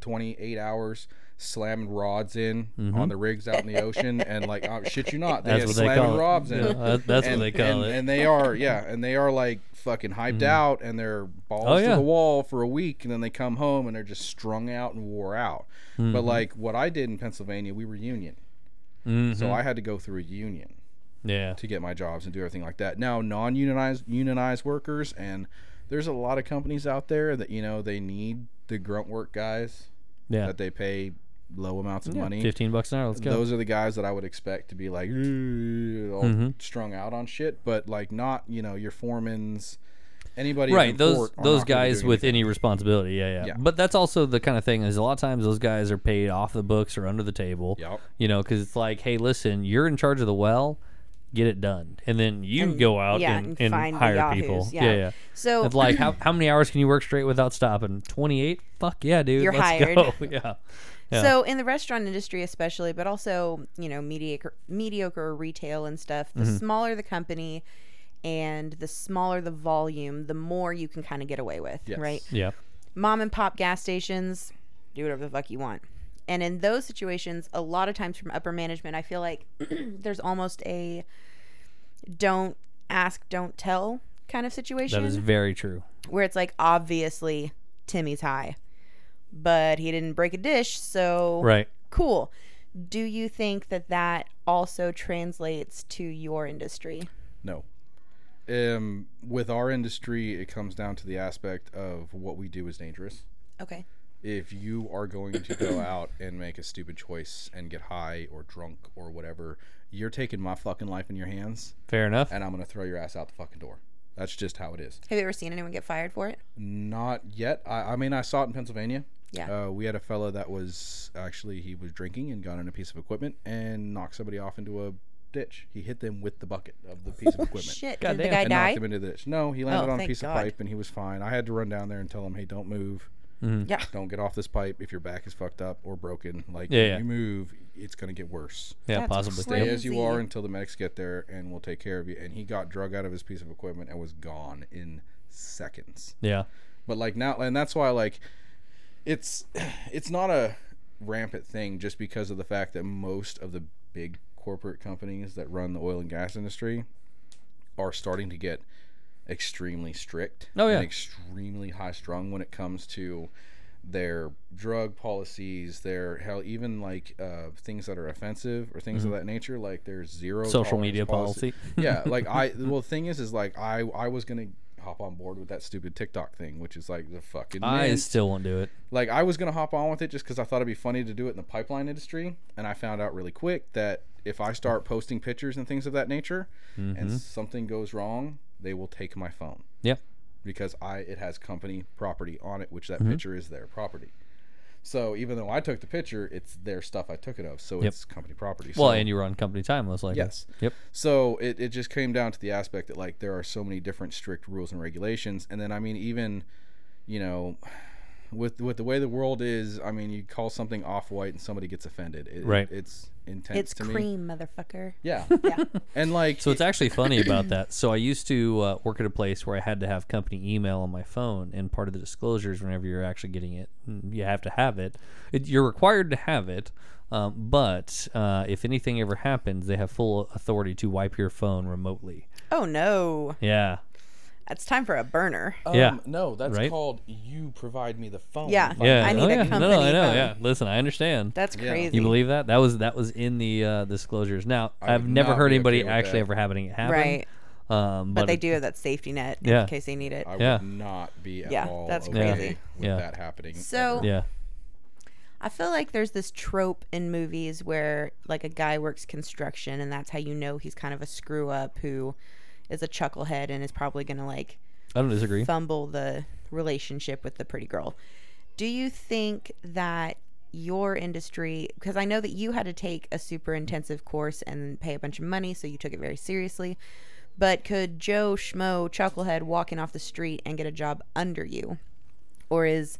Speaker 3: 28 hours, slamming rods in on the rigs out in the ocean, and like, oh, shit, you not, they
Speaker 1: Mm-hmm. That's
Speaker 3: have
Speaker 1: what they
Speaker 3: slamming
Speaker 1: call it.
Speaker 3: rods in.
Speaker 1: Yeah, that- that's
Speaker 3: and,
Speaker 1: what they call
Speaker 3: and-
Speaker 1: it. Mm-hmm.
Speaker 3: and they are, yeah, and they are like fucking hyped out, and they're balls
Speaker 1: Oh,
Speaker 3: to
Speaker 1: yeah.
Speaker 3: the wall for a week, and then they come home and they're just strung out and wore out. But
Speaker 1: Mm-hmm.
Speaker 3: like what I did in Pennsylvania, we were union, so I had to go through a union
Speaker 1: Mm-hmm. yeah.
Speaker 3: to get my jobs and do everything like that. Now, non-unionized unionized workers and there's a lot of companies out there that you know they need the grunt work guys
Speaker 1: Yeah.
Speaker 3: that they pay low amounts of money.
Speaker 1: 15 bucks an hour. Let's go.
Speaker 3: Those are the guys that I would expect to be like "Ugh," all
Speaker 1: Mm-hmm.
Speaker 3: strung out on shit, but like not you know your foremans, anybody in
Speaker 1: right those
Speaker 3: port are
Speaker 1: those
Speaker 3: not gonna be
Speaker 1: guys
Speaker 3: doing
Speaker 1: with
Speaker 3: anything.
Speaker 1: any responsibility yeah, yeah
Speaker 3: Yeah.
Speaker 1: but that's also the kind of thing is a lot of times those guys are paid off the books or under the table
Speaker 3: Yep.
Speaker 1: you know because it's like hey listen you're in charge of the well get it done and then you go out
Speaker 2: yeah,
Speaker 1: and,
Speaker 2: and find the
Speaker 1: hire
Speaker 2: yahoos,
Speaker 1: people
Speaker 2: yeah.
Speaker 1: yeah,
Speaker 2: So
Speaker 1: It's like how, how many hours can you work straight without stopping? Twenty eight? Fuck yeah, dude.
Speaker 2: You're
Speaker 1: Let's
Speaker 2: hired.
Speaker 1: go. Yeah. Yeah.
Speaker 2: So in the restaurant industry, especially, but also you know mediocre, mediocre retail and stuff. The
Speaker 1: Mm-hmm.
Speaker 2: smaller the company, and the smaller the volume, the more you can kind of get away with,
Speaker 3: Yes.
Speaker 2: right?
Speaker 1: Yeah.
Speaker 2: Mom and pop gas stations, do whatever the fuck you want. And in those situations, a lot of times from upper management, I feel like there's almost a don't ask, don't tell kind of situation
Speaker 1: That is very true.
Speaker 2: where it's like obviously Timmy's high, but he didn't break a dish, so
Speaker 1: Right.
Speaker 2: cool. Do you think that that also translates to your industry?
Speaker 3: No. Um, with our industry, it comes down to the aspect of what we do is dangerous.
Speaker 2: Okay.
Speaker 3: if you are going to go out and make a stupid choice and get high or drunk or whatever, you're taking my fucking life in your hands
Speaker 1: Fair enough.
Speaker 3: and I'm going to throw your ass out the fucking door. That's just how it is.
Speaker 2: Have you ever seen anyone get fired for it?
Speaker 3: Not yet. I, I mean, I saw it in Pennsylvania.
Speaker 2: Yeah.
Speaker 3: Uh, we had a fellow that was actually, he was drinking and got on a piece of equipment and knocked somebody off into a ditch. He hit them with the bucket of the piece of equipment.
Speaker 2: Shit.
Speaker 1: God
Speaker 2: did the
Speaker 1: damn.
Speaker 2: guy
Speaker 3: And
Speaker 2: die?
Speaker 3: knocked him into the ditch. No, he landed
Speaker 2: Oh,
Speaker 3: on a
Speaker 2: thank
Speaker 3: piece
Speaker 2: God.
Speaker 3: of pipe and he was fine. I had to run down there and tell him, hey, don't move.
Speaker 1: Mm-hmm.
Speaker 2: Yeah.
Speaker 3: don't get off this pipe if your back is fucked up or broken. Like
Speaker 1: Yeah,
Speaker 3: if
Speaker 1: yeah.
Speaker 3: you move, it's gonna get worse.
Speaker 1: yeah,
Speaker 2: That's
Speaker 1: possibly.
Speaker 2: crazy.
Speaker 1: Yep.
Speaker 3: Stay as you are until the medics get there and we'll take care of you. And he got drug out of his piece of equipment and was gone in seconds.
Speaker 1: Yeah.
Speaker 3: But like now and that's why like it's it's not a rampant thing just because of the fact that most of the big corporate companies that run the oil and gas industry are starting to get extremely strict
Speaker 1: Oh, yeah.
Speaker 3: and extremely high strung when it comes to their drug policies their hell even like uh, things that are offensive or things of that nature like there's zero
Speaker 1: Mm-hmm. Social
Speaker 3: tolerance
Speaker 1: media policy.
Speaker 3: yeah like i well the thing is is like i i was gonna hop on board with that stupid TikTok thing, which is like the fucking.
Speaker 1: I
Speaker 3: mint.
Speaker 1: still won't do it.
Speaker 3: like I was gonna hop on with it just because I thought it'd be funny to do it in the pipeline industry, and I found out really quick that if I start posting pictures and things of that nature,
Speaker 1: Mm-hmm.
Speaker 3: and something goes wrong, they will take my phone
Speaker 1: Yep.
Speaker 3: because I it has company property on it, which that
Speaker 1: Mm-hmm.
Speaker 3: picture is their property. So even though I took the picture, it's their stuff I took it of, so it's company property.
Speaker 1: Well,
Speaker 3: so,
Speaker 1: and you were on company time, most likely.
Speaker 3: Yes.
Speaker 1: Yep.
Speaker 3: so it, it just came down to the aspect that like there are so many different strict rules and regulations, and then I mean even, you know, with with the way the world is, I mean you call something off white and somebody gets offended. It,
Speaker 1: Right.
Speaker 3: It's intense.
Speaker 2: It's
Speaker 3: to Me.
Speaker 2: cream, motherfucker.
Speaker 3: Yeah.
Speaker 2: Yeah.
Speaker 3: and like
Speaker 1: So it's actually funny about that. So I used to uh, work at a place where I had to have company email on my phone, and part of the disclosures, whenever you're actually getting it, mm, you have to have it. it you're required to have it, um, but uh, if anything ever happens, they have full authority to wipe your phone remotely.
Speaker 2: Oh no,
Speaker 1: Yeah,
Speaker 2: it's time for a burner.
Speaker 1: Yeah.
Speaker 3: um, No, that's
Speaker 1: Right?
Speaker 3: called you provide me the phone.
Speaker 2: Yeah.
Speaker 3: Fuck.
Speaker 1: yeah.
Speaker 2: I need
Speaker 1: oh,
Speaker 2: a
Speaker 1: yeah. No,
Speaker 2: company
Speaker 1: no, I know.
Speaker 2: phone.
Speaker 1: Yeah, listen, I understand.
Speaker 2: That's crazy.
Speaker 1: you believe that? That was that was in the uh, disclosures. Now I have
Speaker 3: would
Speaker 1: never
Speaker 3: not
Speaker 1: heard
Speaker 3: be
Speaker 1: anybody
Speaker 3: okay with
Speaker 1: actually
Speaker 3: that.
Speaker 1: ever having it happen.
Speaker 2: right?
Speaker 1: Um,
Speaker 2: But, they
Speaker 1: it-
Speaker 2: do have that safety net
Speaker 1: Yeah.
Speaker 2: in case they need it.
Speaker 3: I
Speaker 1: Yeah.
Speaker 3: would not be at
Speaker 2: Yeah,
Speaker 3: all
Speaker 2: that's
Speaker 3: okay
Speaker 2: crazy.
Speaker 3: with
Speaker 1: Yeah.
Speaker 3: that happening.
Speaker 2: So-
Speaker 3: ever.
Speaker 1: Yeah.
Speaker 2: I feel like there's this trope in movies where like a guy works construction and that's how you know he's kind of a screw up who is a chucklehead and is probably going to like
Speaker 1: I don't disagree.
Speaker 2: fumble the relationship with the pretty girl. Do you think that your industry because I know that you had to take a super intensive course and pay a bunch of money so you took it very seriously. But could Joe Schmo chucklehead walking off the street and get a job under you? Or is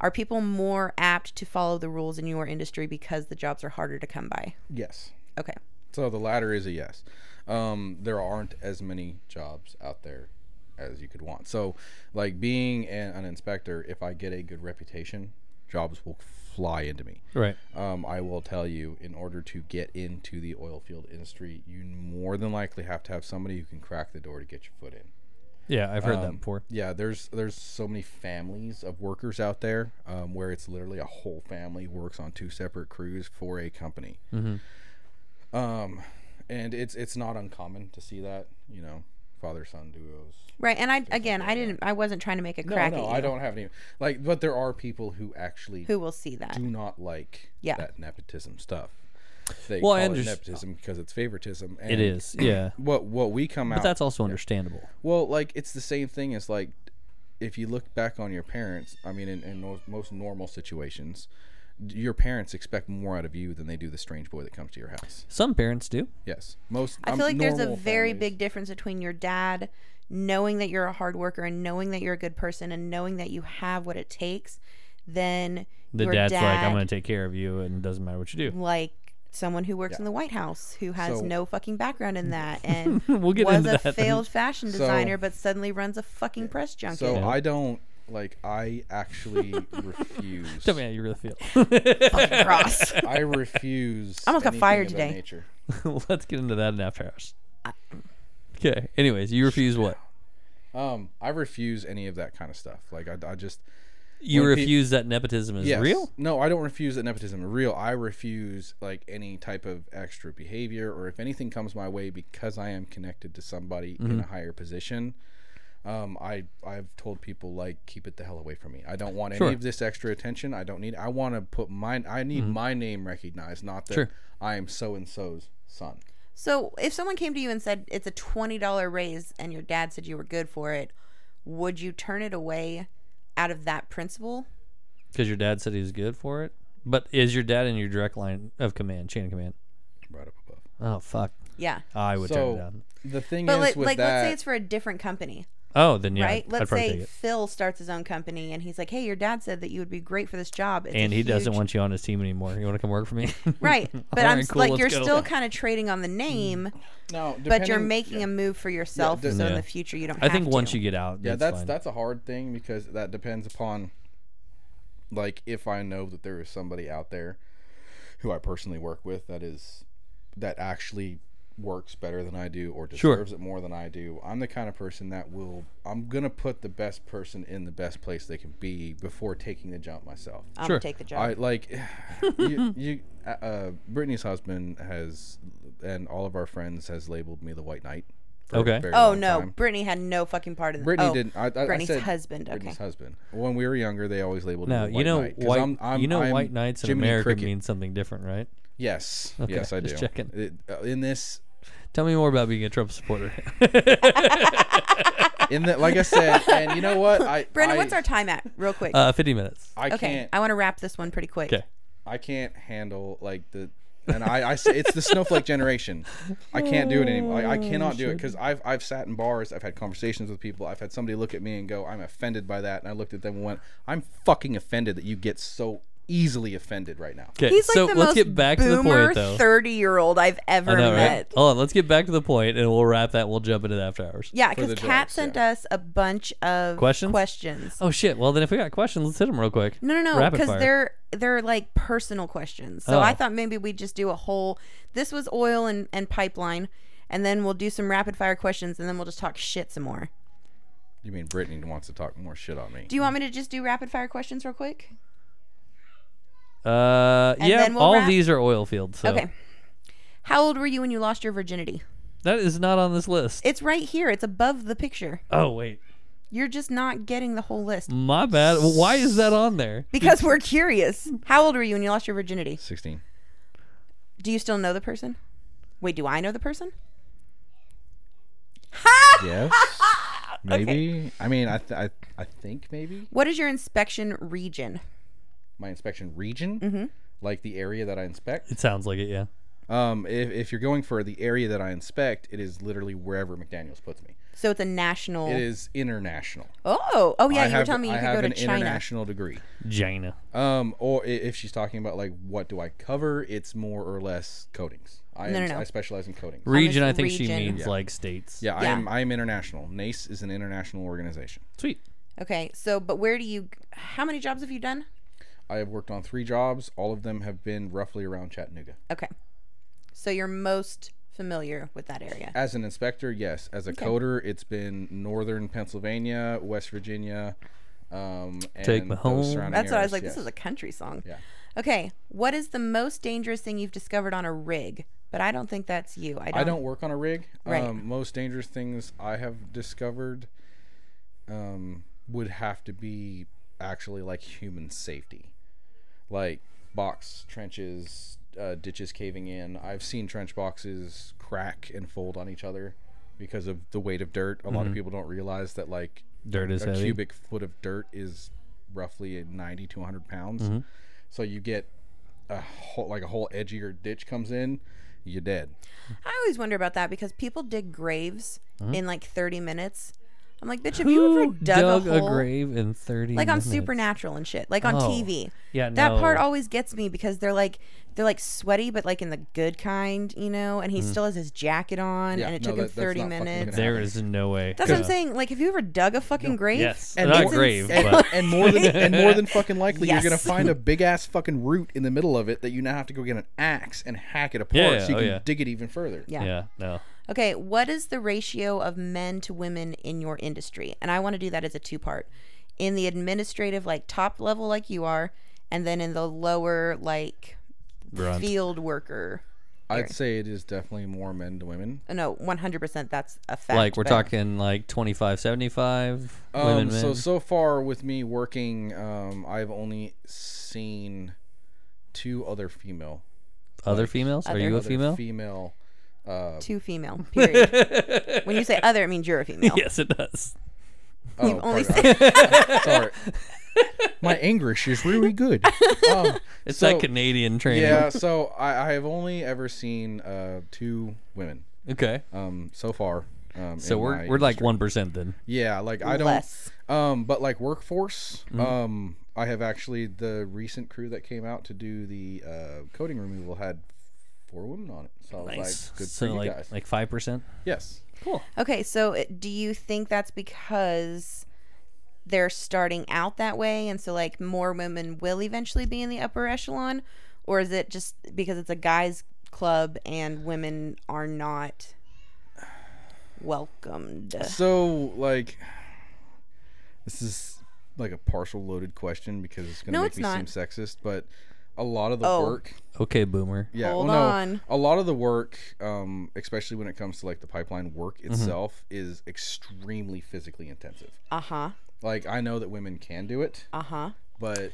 Speaker 2: are people more apt to follow the rules in your industry because the jobs are harder to come by?
Speaker 3: Yes.
Speaker 2: Okay.
Speaker 3: So the latter is a yes. Um, there aren't as many jobs out there as you could want. So, like being an, an inspector, if I get a good reputation, jobs will fly into me.
Speaker 1: Right.
Speaker 3: Um, I will tell you, in order to get into the oil field industry, you more than likely have to have somebody who can crack the door to get your foot in.
Speaker 1: Yeah, I've heard that before.
Speaker 3: yeah there's there's so many families of workers out there um, where it's literally a whole family works on two separate crews for a company
Speaker 1: Mm-hmm.
Speaker 3: um and it's it's not uncommon to see that you know father son duos
Speaker 2: Right. And I again, I didn't I wasn't trying to make a
Speaker 3: no
Speaker 2: crack
Speaker 3: no
Speaker 2: at you.
Speaker 3: i don't have any like but there are people who actually
Speaker 2: Who will see that?
Speaker 3: do not like
Speaker 2: Yeah.
Speaker 3: that nepotism stuff they
Speaker 1: Well,
Speaker 3: call
Speaker 1: I
Speaker 3: it
Speaker 1: underst-
Speaker 3: nepotism because it's favoritism and
Speaker 1: It is. Yeah.
Speaker 3: what what we come
Speaker 1: But
Speaker 3: out
Speaker 1: that's also understandable.
Speaker 3: Well, like it's the same thing as like if you look back on your parents. I mean, in, in most- most normal situations, d- your parents expect more out of you than they do the strange boy that comes to your house.
Speaker 1: Some parents do.
Speaker 3: Yes, most.
Speaker 2: I
Speaker 3: um,
Speaker 2: feel like there's a
Speaker 3: normal
Speaker 2: very
Speaker 3: families-
Speaker 2: big difference between your dad knowing that you're a hard worker and knowing that you're a good person and knowing that you have what it takes than
Speaker 1: The
Speaker 2: your
Speaker 1: dad's like,
Speaker 2: dad,
Speaker 1: I'm going to take care of you, and it doesn't matter what you do.
Speaker 2: like someone who works in the White House who has
Speaker 3: So-
Speaker 2: no fucking background in that and
Speaker 1: We'll get
Speaker 2: was
Speaker 1: into
Speaker 2: a
Speaker 1: that then.
Speaker 2: failed fashion
Speaker 3: So-
Speaker 2: designer but suddenly runs a fucking press junket.
Speaker 3: So I don't like. I actually refuse.
Speaker 1: Tell me how you really feel.
Speaker 2: Cross.
Speaker 3: I refuse.
Speaker 2: almost got
Speaker 3: anything
Speaker 2: fired
Speaker 3: of that
Speaker 2: today.
Speaker 3: Nature.
Speaker 1: Let's get into that in after hours. Okay. Anyways, you refuse what?
Speaker 3: Um, I refuse any of that kind of stuff. Like I, I just.
Speaker 1: You
Speaker 3: When pe-
Speaker 1: refuse that nepotism is
Speaker 3: Yes.
Speaker 1: real.
Speaker 3: No, I don't refuse that nepotism is real. I refuse like any type of extra behavior or if anything comes my way because I am connected to somebody
Speaker 1: Mm-hmm.
Speaker 3: in a higher position. Um, I I've told people like keep it the hell away from me. I don't want
Speaker 1: Sure.
Speaker 3: any of this extra attention. I don't need. I want to put mine. I need my name recognized, not that
Speaker 1: Mm-hmm. Sure.
Speaker 3: I am so and so's son.
Speaker 2: so if someone came to you and said it's a twenty dollar raise and your dad said you were good for it, would you turn it away out of that principle?
Speaker 1: Because your dad said he was good for it. But is your dad in your direct line of command, chain of command?
Speaker 3: Right up above.
Speaker 1: Oh, fuck.
Speaker 2: Yeah.
Speaker 1: I would turn it
Speaker 3: So
Speaker 1: down.
Speaker 3: the thing
Speaker 2: But
Speaker 3: is
Speaker 2: like,
Speaker 3: with
Speaker 2: like
Speaker 3: that,
Speaker 2: let's say it's for a different company,
Speaker 1: Oh, then yeah.
Speaker 2: right?
Speaker 1: I'd, I'd
Speaker 2: let's
Speaker 1: probably
Speaker 2: say
Speaker 1: take it.
Speaker 2: Phil starts his own company and he's like, "Hey, your dad said that you would be great for this job." It's a
Speaker 1: And he doesn't
Speaker 2: huge-
Speaker 1: want you on his team anymore. You want to come work for me?
Speaker 2: right. But
Speaker 1: All right,
Speaker 2: I'm s-
Speaker 1: cool,
Speaker 2: like,
Speaker 1: let's
Speaker 2: you're
Speaker 1: go.
Speaker 2: still kind of trading on the name,
Speaker 3: no,
Speaker 2: but you're
Speaker 3: depending-
Speaker 2: making a move for yourself,
Speaker 3: Yeah,
Speaker 2: so in
Speaker 1: yeah.
Speaker 2: the future you don't.
Speaker 1: I
Speaker 2: have
Speaker 1: think
Speaker 2: to.
Speaker 1: once you get out,
Speaker 3: Yeah,
Speaker 1: it's
Speaker 3: that's
Speaker 1: fine.
Speaker 3: that's a hard thing because that depends upon like if I know that there is somebody out there who I personally work with that is that actually works better than I do or
Speaker 1: Sure.
Speaker 3: deserves it more than I do. I'm the kind of person that will I'm going to put the best person in the best place they can be before taking the jump myself.
Speaker 2: I'm
Speaker 1: Sure.
Speaker 2: gonna take the job.
Speaker 3: I like you, you uh, uh Brittany's husband has and all of our friends has labeled me the white knight for
Speaker 1: Okay.
Speaker 3: a very
Speaker 2: Oh
Speaker 3: long
Speaker 2: no,
Speaker 3: time.
Speaker 2: Brittany had no fucking part in.
Speaker 3: Brittany
Speaker 2: oh,
Speaker 3: didn't. I, I, I
Speaker 2: Brittany's
Speaker 3: said
Speaker 2: husband. Okay.
Speaker 3: Brittany's husband. When we were younger, they always labeled
Speaker 1: No,
Speaker 3: him
Speaker 1: you know
Speaker 3: Knight, 'cause
Speaker 1: white.
Speaker 3: I'm- I'm-
Speaker 1: you know
Speaker 3: I'm
Speaker 1: white knights in
Speaker 3: Jiminy
Speaker 1: America
Speaker 3: Cricket.
Speaker 1: mean something different, right?
Speaker 3: Yes. yes, I do.
Speaker 1: just checking.
Speaker 3: It- uh, in this,
Speaker 1: Tell me more about being a Trump supporter.
Speaker 3: in the, like I said, and you know what? I,
Speaker 2: Brandon,
Speaker 3: I,
Speaker 2: what's our time at? Real quick.
Speaker 1: uh, Fifty minutes.
Speaker 3: I
Speaker 2: okay,
Speaker 3: can't.
Speaker 2: I want to wrap this one pretty quick.
Speaker 1: Okay.
Speaker 3: I can't handle like the and I, I s- it's the snowflake generation. I can't do it anymore. Like, I cannot do it because I've I've sat in bars, I've had conversations with people, I've had somebody look at me and go, "I'm offended by that," and I looked at them and went, "I'm fucking offended that you get so easily offended right now."
Speaker 1: Okay.
Speaker 2: He's like
Speaker 1: so
Speaker 2: the
Speaker 1: let's
Speaker 2: most
Speaker 1: get back to the
Speaker 2: boomer
Speaker 1: point, though.
Speaker 2: thirty-year-old I've ever
Speaker 1: I know, right?
Speaker 2: met.
Speaker 1: Hold on. Let's get back to the point, and we'll wrap that. We'll jump into the after hours.
Speaker 2: Yeah,
Speaker 3: the
Speaker 2: because Kat
Speaker 3: drugs,
Speaker 2: sent
Speaker 3: yeah.
Speaker 2: us a bunch of
Speaker 1: Questions?
Speaker 2: Questions.
Speaker 1: Oh shit. Well, then if we got questions, let's hit them real quick.
Speaker 2: No, no, no,
Speaker 1: Rapid
Speaker 2: because
Speaker 1: fire.
Speaker 2: they're they're like personal questions. So
Speaker 1: Oh.
Speaker 2: I thought maybe we'd just do a whole. This was oil and and pipeline, and then we'll do some rapid fire questions, and then we'll just talk shit some more.
Speaker 3: You mean Brittany wants to talk more shit on me?
Speaker 2: Do you want me to just do rapid fire questions real quick?
Speaker 1: Uh, yeah.
Speaker 2: then we'll
Speaker 1: all
Speaker 2: wrap-
Speaker 1: these are oil fields. So
Speaker 2: Okay. How old were you when you lost your virginity?
Speaker 1: That is not on this list.
Speaker 2: It's right here. It's above the picture.
Speaker 1: oh wait.
Speaker 2: You're just not getting the whole list
Speaker 1: My bad. Well, Why is that on there?
Speaker 2: because we're curious. How old were you when you lost your virginity?
Speaker 3: Sixteen.
Speaker 2: Do you still know the person? Wait, do I know the person? Ha!
Speaker 3: Yes. Maybe. I mean, I, th- I I think maybe
Speaker 2: What is your inspection region?
Speaker 3: my inspection region,
Speaker 2: Mm-hmm.
Speaker 3: like the area that I inspect.
Speaker 1: It sounds like it. Yeah.
Speaker 3: Um, if, if you're going for the area that I inspect, it is literally wherever McDaniel's puts me.
Speaker 2: So it's a national.
Speaker 3: It is international.
Speaker 2: Oh, oh yeah,
Speaker 3: I
Speaker 2: you
Speaker 3: have,
Speaker 2: were telling me you
Speaker 3: I
Speaker 2: could
Speaker 3: have
Speaker 2: go to
Speaker 3: an
Speaker 2: China.
Speaker 3: international degree.
Speaker 1: Jaina.
Speaker 3: Um, or i- if she's talking about like what do I cover, it's more or less coatings. I,
Speaker 2: No,
Speaker 3: am,
Speaker 2: no, no.
Speaker 3: I specialize in coatings.
Speaker 1: Region.
Speaker 2: just
Speaker 1: I think she
Speaker 2: region.
Speaker 1: means
Speaker 3: Yeah.
Speaker 1: like states.
Speaker 3: yeah, I
Speaker 2: Yeah.
Speaker 3: am. I am international. NACE is an international organization.
Speaker 1: Sweet.
Speaker 2: Okay, so but where do you? How many jobs have you done?
Speaker 3: I have worked on three jobs. All of them have been roughly around Chattanooga.
Speaker 2: Okay, so you're most familiar with that area.
Speaker 3: As an inspector, yes. As a coder, it's been northern Pennsylvania, West Virginia. Um, and
Speaker 1: Take me
Speaker 3: those
Speaker 1: home.
Speaker 3: surrounding
Speaker 2: That's what I was
Speaker 3: areas,
Speaker 2: like.
Speaker 3: yes.
Speaker 2: This is a country song.
Speaker 3: Yeah.
Speaker 2: Okay, what is the most dangerous thing you've discovered on a rig? But I don't think that's you. I don't.
Speaker 3: I don't work on a rig.
Speaker 2: Right.
Speaker 3: Um, most dangerous things I have discovered um, would have to be actually like human safety, like box trenches, uh, ditches caving in. I've seen trench boxes crack and fold on each other because of the weight of dirt. A lot of people don't realize that like
Speaker 1: Mm-hmm. Dirt is
Speaker 3: a
Speaker 1: heavy.
Speaker 3: cubic foot of dirt is roughly 90 to 100 pounds.
Speaker 1: Mm-hmm.
Speaker 3: So you get a whole like a whole edge of your ditch comes in, you're dead.
Speaker 2: I always wonder about that because people dig graves
Speaker 3: Mm-hmm.
Speaker 2: in like 30 minutes. I'm like, bitch, have you ever dug,
Speaker 1: dug
Speaker 2: a, hole?
Speaker 1: grave in thirty?
Speaker 2: Like on
Speaker 1: minutes?
Speaker 2: Supernatural and shit, like on
Speaker 1: Oh.
Speaker 2: TV.
Speaker 1: Yeah,
Speaker 2: that part
Speaker 1: no.
Speaker 2: always gets me because they're like, they're like sweaty, but like in the good kind, you know. And he
Speaker 1: Mm-hmm.
Speaker 2: still has his jacket on,
Speaker 3: Yeah,
Speaker 2: and it
Speaker 3: no,
Speaker 2: took
Speaker 3: that-
Speaker 2: him
Speaker 3: that's
Speaker 2: 30
Speaker 3: not fucking
Speaker 2: minutes.
Speaker 3: gonna
Speaker 1: There is no way.
Speaker 2: That's what I'm
Speaker 1: Yeah.
Speaker 2: saying. Like, have you ever dug a fucking grave?
Speaker 1: Yes,
Speaker 3: And
Speaker 1: not
Speaker 2: it's
Speaker 1: grave,
Speaker 2: ins-
Speaker 1: but
Speaker 3: and, and more than and more than fucking likely
Speaker 2: Yes.
Speaker 3: you're gonna find a big ass fucking root in the middle of it that you now have to go get an axe and hack it apart
Speaker 1: Yeah,
Speaker 3: so you
Speaker 1: oh
Speaker 3: can
Speaker 1: yeah.
Speaker 3: dig it even further.
Speaker 2: Yeah.
Speaker 1: yeah, no.
Speaker 2: Okay, what is the ratio of men to women in your industry? And I want to do that as a two part. In the administrative, like top level, like you are, and then in the lower, like
Speaker 1: Grunt.
Speaker 2: field worker.
Speaker 3: I'd say it is definitely more men to women.
Speaker 2: Uh, No, 100% that's a fact.
Speaker 1: Like we're
Speaker 2: but-
Speaker 1: talking like 25, 75 women,
Speaker 3: Um,
Speaker 1: men.
Speaker 3: so so far with me working, um, I've only seen two other female
Speaker 1: other females. Are you a
Speaker 3: other
Speaker 1: female?
Speaker 3: female uh,
Speaker 2: Two female, period. when you say other, it means you're a female.
Speaker 1: yes, it does.
Speaker 3: Oh,
Speaker 2: You've only
Speaker 3: pardon. I'm sorry. My English is really good. Um,
Speaker 1: It's
Speaker 3: so-
Speaker 1: that Canadian training.
Speaker 3: Yeah, so I, I have only ever seen uh, two women
Speaker 1: Okay.
Speaker 3: um, so far. Um,
Speaker 1: So
Speaker 3: in
Speaker 1: we're
Speaker 3: my
Speaker 1: we're like
Speaker 3: industry.
Speaker 1: one percent then.
Speaker 3: yeah, like I don't.
Speaker 2: Less.
Speaker 3: Um, but like workforce,
Speaker 1: Mm-hmm.
Speaker 3: um, I have actually the recent crew that came out to do the uh, coding removal had four women on it. So I was
Speaker 1: Nice.
Speaker 3: like, good
Speaker 1: so
Speaker 3: for you
Speaker 1: like
Speaker 3: guys.
Speaker 1: like five percent.
Speaker 3: yes.
Speaker 1: Cool.
Speaker 2: Okay, so uh, do you think that's because they're starting out that way and so like more women will eventually be in the upper echelon or is it just because it's a guys club and women are not welcomed?
Speaker 3: So like, this is like a partial loaded question because it's gonna
Speaker 2: No,
Speaker 3: make
Speaker 2: it's
Speaker 3: me
Speaker 2: not.
Speaker 3: seem sexist, but a lot of the
Speaker 2: Oh.
Speaker 3: work
Speaker 1: Okay, boomer.
Speaker 3: yeah
Speaker 2: Hold
Speaker 3: well, no,
Speaker 2: on.
Speaker 3: a lot of the work um, especially when it comes to like the pipeline work itself is extremely physically intensive
Speaker 2: Uh huh.
Speaker 3: like i know that women can do it
Speaker 2: Uh huh.
Speaker 3: but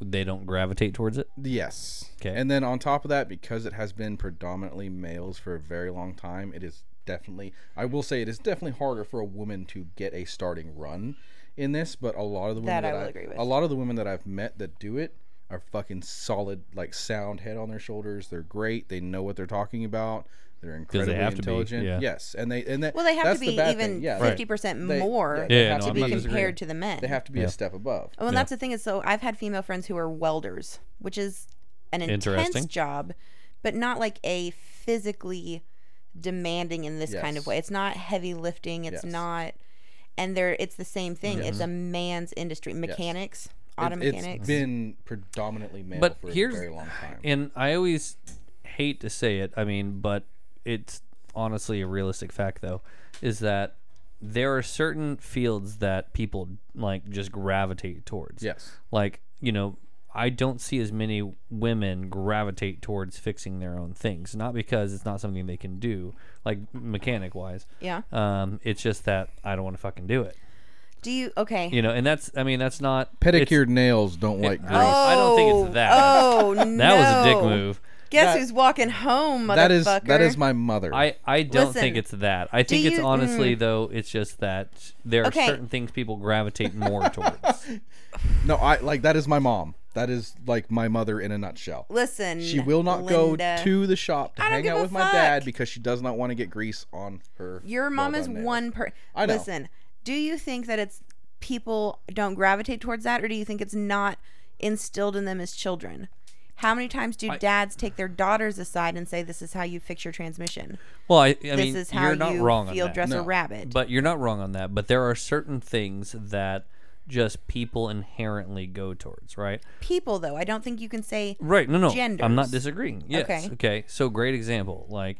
Speaker 1: They don't gravitate towards it.
Speaker 3: yes
Speaker 1: 'Kay.
Speaker 3: and then on top of that because it has been predominantly males for a very long time it is definitely i will say it is definitely harder for a woman to get a starting run in this but a lot of the women
Speaker 2: That
Speaker 3: that,
Speaker 2: I will
Speaker 3: I-
Speaker 2: agree with.
Speaker 3: a lot of the women that i've met that do it are fucking solid like sound head on their shoulders they're great they know what they're talking about they're
Speaker 1: they
Speaker 3: incredibly
Speaker 1: have to be,
Speaker 3: intelligent
Speaker 1: yeah.
Speaker 3: yes and they and that,
Speaker 2: Well, they have
Speaker 3: that's
Speaker 2: to
Speaker 3: the
Speaker 2: be
Speaker 3: bad
Speaker 2: even
Speaker 3: thing. yeah they-
Speaker 2: fifty percent
Speaker 3: they-
Speaker 2: more
Speaker 3: they
Speaker 1: Yeah,
Speaker 3: have
Speaker 1: no,
Speaker 3: to
Speaker 1: I'm
Speaker 2: to be
Speaker 1: not
Speaker 3: be
Speaker 2: compared to the men.
Speaker 3: they have to be
Speaker 1: Yeah.
Speaker 3: a step above
Speaker 2: Well, and that's the thing is, so I've had female friends who are welders, which is an intense
Speaker 1: Interesting.
Speaker 2: job, but not like a physically demanding in this kind of
Speaker 3: Yes.
Speaker 2: way. It's not heavy lifting. It's
Speaker 3: Yes.
Speaker 2: not, and they're it's the same thing. It's a man's industry. Mechanics, auto
Speaker 3: it,
Speaker 2: mechanics.
Speaker 3: has been predominantly male
Speaker 1: But
Speaker 3: for
Speaker 1: here's-
Speaker 3: a very long time.
Speaker 1: And I always hate to say it. I mean, but it's honestly a realistic fact, though, is that there are certain fields that people like just gravitate towards.
Speaker 3: yes.
Speaker 1: like you know i don't see as many women gravitate towards fixing their own things not because it's not something they can do like mechanic wise
Speaker 2: yeah.
Speaker 1: um it's just that i don't want to fucking do it
Speaker 2: Do you okay?
Speaker 1: you know and that's i mean that's not it's-
Speaker 3: Pedicured nails don't
Speaker 1: I
Speaker 3: like
Speaker 1: don't-
Speaker 3: girls.
Speaker 1: I don't think
Speaker 2: Oh,
Speaker 1: it's that
Speaker 2: Oh no.
Speaker 1: that was a dick move
Speaker 2: Guess
Speaker 3: That-
Speaker 2: who's walking home, Oh, motherfucker?
Speaker 3: that is that is my mother.
Speaker 1: I, I don't think
Speaker 2: Listen,
Speaker 1: it's that. I think it's
Speaker 2: you- mm.
Speaker 1: honestly though it's just that there are
Speaker 2: Okay.
Speaker 1: certain things people gravitate more towards.
Speaker 3: no, I like that is my mom. That is like my mother in a nutshell.
Speaker 2: Listen,
Speaker 3: She will not
Speaker 2: Linda.
Speaker 3: go to the shop to
Speaker 2: I don't
Speaker 3: hang
Speaker 2: give
Speaker 3: out
Speaker 2: a
Speaker 3: with my
Speaker 2: fuck.
Speaker 3: dad because she does not want to get grease on her.
Speaker 2: Your mom is
Speaker 3: well-done nails.
Speaker 2: one per.
Speaker 3: I know.
Speaker 2: Listen, do you think that it's people don't gravitate towards that, or do you think it's not instilled in them as children? How many times do dads take their daughters aside and say, "This is how you fix your transmission.
Speaker 1: Well, I, I
Speaker 2: this
Speaker 1: mean
Speaker 2: is how
Speaker 1: you're not
Speaker 2: you
Speaker 1: wrong on
Speaker 2: field
Speaker 1: that.
Speaker 2: dress a
Speaker 3: No.
Speaker 2: rabbit."
Speaker 1: But you're not wrong on that. But there are certain things that just people inherently go towards, right?
Speaker 2: people, though, I don't think you can say
Speaker 1: Right. No, no. I'm not
Speaker 2: Genders.
Speaker 1: disagreeing. Yes. Okay.
Speaker 2: Okay.
Speaker 1: So great example. Like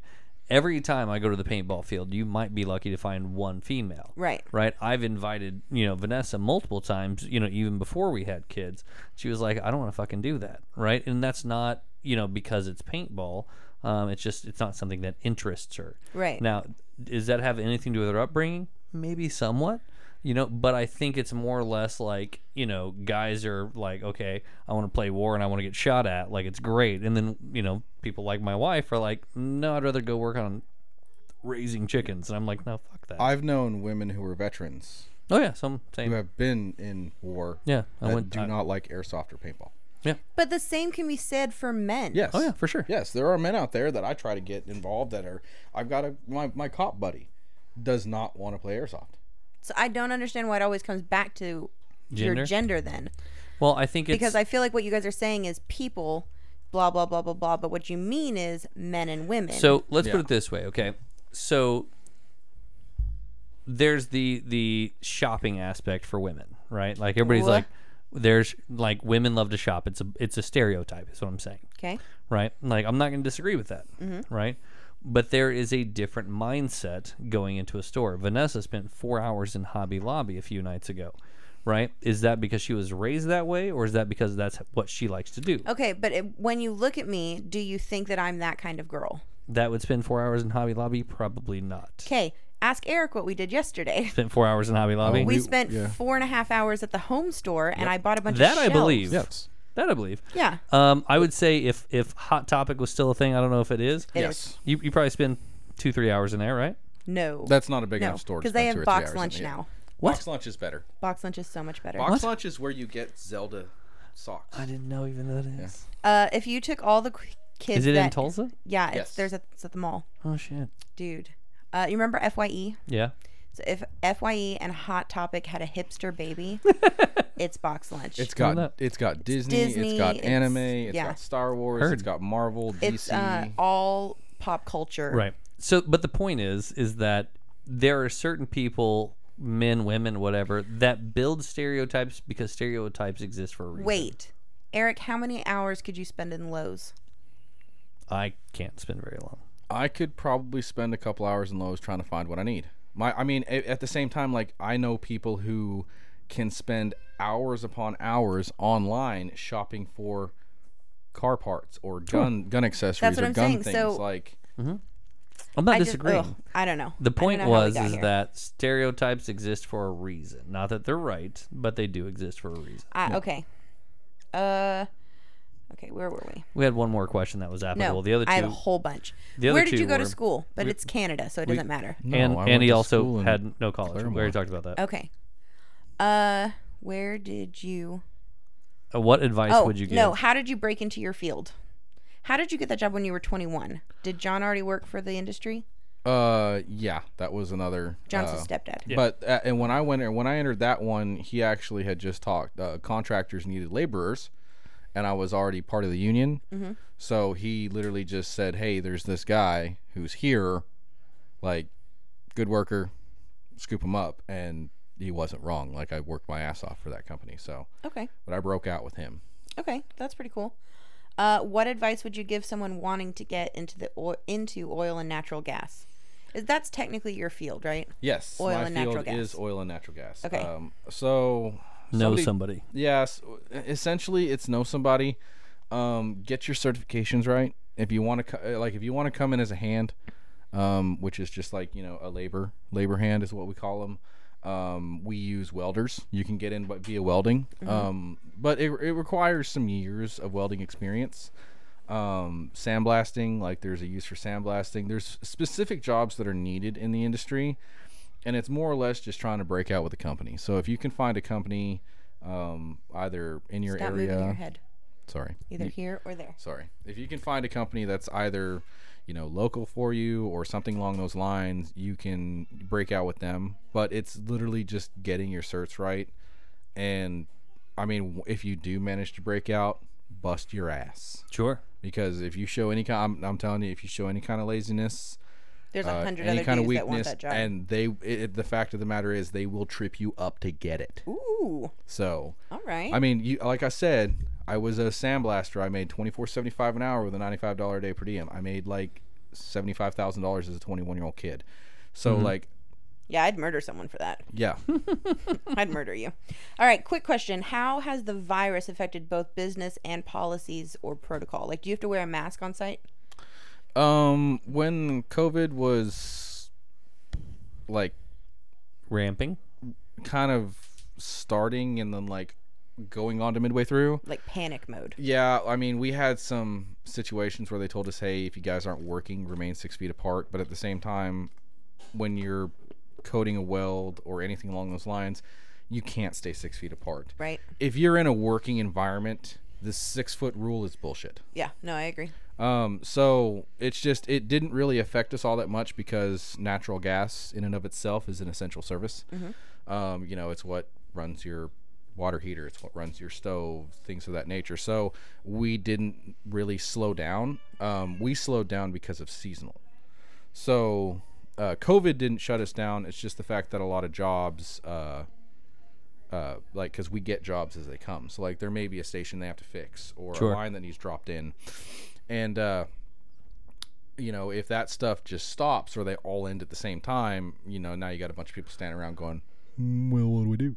Speaker 1: every time I go to the paintball field, you might be lucky to find one female.
Speaker 2: Right.
Speaker 1: Right. I've invited you know Vanessa multiple times. You know even before we had kids, she was like, I don't want to fucking do that. Right. And that's not you know because it's paintball. Um, it's just it's not something that interests her.
Speaker 2: Right.
Speaker 1: Now, does that have anything to do with her upbringing? Maybe somewhat. You know, but I think it's more or less like, you know, guys are like, okay, I want to play war and I want to get shot at. Like, it's great. And then, you know, people like my wife are like, no, I'd rather go work on raising chickens. And I'm like, no, fuck that.
Speaker 3: I've known women who are veterans
Speaker 1: oh, yeah. So I'm saying,
Speaker 3: who have been in war.
Speaker 1: yeah, I
Speaker 3: that
Speaker 1: went, uh,
Speaker 3: do
Speaker 1: I-
Speaker 3: not like airsoft or paintball.
Speaker 2: but the same can be said for men.
Speaker 3: Yes.
Speaker 1: oh, yeah, for sure.
Speaker 3: Yes, there are men out there that I try to get involved that are. I've got a my, my cop buddy does not want to play airsoft.
Speaker 2: So I don't understand why it always comes back to
Speaker 1: Gender?
Speaker 2: your gender then.
Speaker 1: Well, I think it's,
Speaker 2: because I feel like what you guys are saying is people, blah blah blah blah blah. But what you mean is men and women.
Speaker 1: So let's put
Speaker 3: Yeah.
Speaker 1: it this way, okay? So there's the the shopping aspect for women, right? Like everybody's
Speaker 2: What?
Speaker 1: like, there's like women love to shop. It's a it's a stereotype. Is what I'm saying,
Speaker 2: okay,
Speaker 1: right? Like I'm not going to disagree with that,
Speaker 2: Mm-hmm.
Speaker 1: right? But there is a different mindset going into a store. Vanessa spent four hours in Hobby Lobby a few nights ago, right? Is that because she was raised that way, or is that because that's what she likes to do?
Speaker 2: okay. But it, when you look at me, do you think that I'm that kind of girl?
Speaker 1: That would spend four hours in Hobby Lobby, probably not.
Speaker 2: Okay, ask Eric what we did yesterday.
Speaker 1: Spent four hours in Hobby Lobby.
Speaker 2: We
Speaker 3: We-
Speaker 2: spent
Speaker 3: yeah.
Speaker 2: four and a half hours at the home store, and I bought a bunch
Speaker 1: That
Speaker 2: of
Speaker 1: I
Speaker 2: shelves.
Speaker 1: believe. That I believe.
Speaker 2: Yeah,
Speaker 1: Um, I would say if if Hot Topic was still a thing, I don't know if it is.
Speaker 2: It
Speaker 3: yes.
Speaker 2: is.
Speaker 1: You, you probably spend two three hours in there, right?
Speaker 2: no,
Speaker 3: That's not a big
Speaker 2: no,
Speaker 3: enough store. to
Speaker 2: because they
Speaker 3: spend two
Speaker 2: have
Speaker 3: or
Speaker 2: box
Speaker 3: three hours in
Speaker 2: lunch
Speaker 3: the-
Speaker 2: now.
Speaker 3: Box lunch is better.
Speaker 2: Box lunch is so much better.
Speaker 3: Box lunch is where you get Zelda socks.
Speaker 1: I didn't know even that is.
Speaker 2: Uh, if you took all the qu- kids,
Speaker 1: Is it
Speaker 2: that,
Speaker 1: in Tulsa?
Speaker 2: Yeah, it's,
Speaker 3: Yes.
Speaker 2: there's a, it's at the mall,
Speaker 1: Oh shit.
Speaker 2: dude. Uh, you remember Fye?
Speaker 1: Yeah.
Speaker 2: So if Fye and Hot Topic had a hipster baby, it's box lunch.
Speaker 3: It's
Speaker 1: Isn't
Speaker 3: got it's got Disney,
Speaker 2: Disney,
Speaker 3: it's got
Speaker 2: it's-
Speaker 3: anime, it's
Speaker 2: yeah.
Speaker 3: got Star Wars,
Speaker 1: Heard.
Speaker 3: it's got Marvel, DC.
Speaker 2: It's, uh, all pop culture.
Speaker 1: Right. So, but the point is, is that there are certain people, men, women, whatever, that build stereotypes because stereotypes exist for a reason.
Speaker 2: Wait, Eric, how many hours could you spend in Lowe's?
Speaker 1: I can't spend very long.
Speaker 3: I could probably spend a couple hours in Lowe's trying to find what I need. My, I mean, a- at the same time, like I know people who can spend hours upon hours online shopping for car parts or
Speaker 1: Sure.
Speaker 3: gun gun accessories
Speaker 2: That's what
Speaker 3: or
Speaker 2: I'm
Speaker 3: gun
Speaker 2: saying,
Speaker 3: things.
Speaker 2: so-
Speaker 3: like
Speaker 1: I'm not
Speaker 2: I just-
Speaker 1: disagreeing.
Speaker 2: ugh, I don't know. I
Speaker 1: The
Speaker 2: don't
Speaker 1: point
Speaker 2: know how we
Speaker 1: was
Speaker 2: got
Speaker 1: is
Speaker 2: here.
Speaker 1: that stereotypes exist for a reason. Not that they're right, but they do exist for a reason.
Speaker 2: I, okay. Uh, okay. Where were we?
Speaker 1: We had one more question that was applicable.
Speaker 2: No,
Speaker 1: the other two,
Speaker 2: I have a whole bunch.
Speaker 1: The other
Speaker 2: Where did
Speaker 1: two
Speaker 2: you go to
Speaker 1: were-
Speaker 2: school? But it's Canada, so it doesn't matter.
Speaker 1: and and
Speaker 3: No, I
Speaker 1: he
Speaker 3: went to
Speaker 1: also
Speaker 3: school in
Speaker 1: had no college. We already
Speaker 3: Claremont.
Speaker 1: talked about that.
Speaker 2: Okay. Uh, where did you?
Speaker 1: Uh, what advice
Speaker 2: Oh
Speaker 1: would you give?
Speaker 2: no! How did you break into your field? How did you get that job when you were 21? Did John already work for the industry?
Speaker 3: uh yeah, that was another uh,
Speaker 2: Johnson's stepdad.
Speaker 3: But uh, and when I went and when I entered that one, he actually had just talked. Uh, contractors needed laborers, and I was already part of the union.
Speaker 2: Mm-hmm.
Speaker 3: So he literally just said, "Hey, there's this guy who's here, like good worker, scoop him up." And he wasn't wrong. Like I worked my ass off for that company. So,
Speaker 2: Okay.
Speaker 3: but I broke out with him.
Speaker 2: Okay, that's pretty cool. Uh, what advice would you give someone wanting to get into the oil, into oil and natural gas? Is that's technically your field, right?
Speaker 3: Yes,
Speaker 2: Oil
Speaker 3: my
Speaker 2: and natural
Speaker 3: field is
Speaker 2: gas.
Speaker 3: oil and natural gas.
Speaker 2: Okay.
Speaker 3: Um, so
Speaker 1: Know
Speaker 3: somebody-
Speaker 1: somebody.
Speaker 3: Yes, essentially it's know somebody. Um, get your certifications right. If you want to, like, if you want to come in as a hand, um, which is just like you know a labor labor hand is what we call them. Um, we use welders. You can get in but via welding,
Speaker 2: Mm-hmm.
Speaker 3: um, but it, it requires some years of welding experience. Um, sandblasting, like there's a use for sandblasting. There's specific jobs that are needed in the industry, and it's more or less just trying to break out with a company. So if you can find a company, um, either in your
Speaker 2: Stop
Speaker 3: area,
Speaker 2: moving your head,
Speaker 3: sorry,
Speaker 2: either here or there.
Speaker 3: sorry. If you can find a company that's either, you know, local for you or something along those lines, you can break out with them. But it's literally just getting your certs right. And I mean, w- if you do manage to break out, bust your ass
Speaker 1: Sure.
Speaker 3: because if you show any kind, I'm, I'm telling you, if you show any kind of laziness,
Speaker 2: There's
Speaker 3: uh,
Speaker 2: a hundred
Speaker 3: any
Speaker 2: other
Speaker 3: kind of
Speaker 2: dudes that want
Speaker 3: weakness,
Speaker 2: that job.
Speaker 3: and they, it, the fact of the matter is, they will trip you up to get it.
Speaker 2: Ooh,
Speaker 3: So
Speaker 2: all right.
Speaker 3: I mean, you like I said, I was a sandblaster. I made twenty four seventy five an hour with a ninety five dollar a day per diem. I made like seventy five thousand dollars as a twenty one year old kid. So like,
Speaker 2: yeah, I'd murder someone for that.
Speaker 3: yeah,
Speaker 2: I'd murder you. All right, quick question: How has the virus affected both business and policies or protocol? Like, do you have to wear a mask on site?
Speaker 3: um, when COVID was like
Speaker 1: Ramping.
Speaker 3: kind of starting and then like going on to midway through.
Speaker 2: Like panic mode.
Speaker 3: Yeah, I mean, we had some situations where they told us, "Hey, if you guys aren't working, remain six feet apart." But at the same time, when you're coding a weld or anything along those lines, you can't stay six feet apart.
Speaker 2: Right.
Speaker 3: If you're in a working environment, the six foot rule is bullshit.
Speaker 2: Yeah. No, I agree.
Speaker 3: Um, so it's just it didn't really affect us all that much because natural gas in and of itself is an essential service. Um, you know, it's what runs your water heater, it's what runs your stove, things of that nature. So we didn't really slow down. Um, we slowed down because of seasonal. So uh, COVID didn't shut us down. It's just the fact that a lot of jobs. Uh, uh, like because we get jobs as they come. So like there may be a station they have to fix or
Speaker 1: Sure.
Speaker 3: a line that needs dropped in, and uh, you know if that stuff just stops or they all end at the same time, you know now you got a bunch of people standing around going, "Mm, well, what do we do?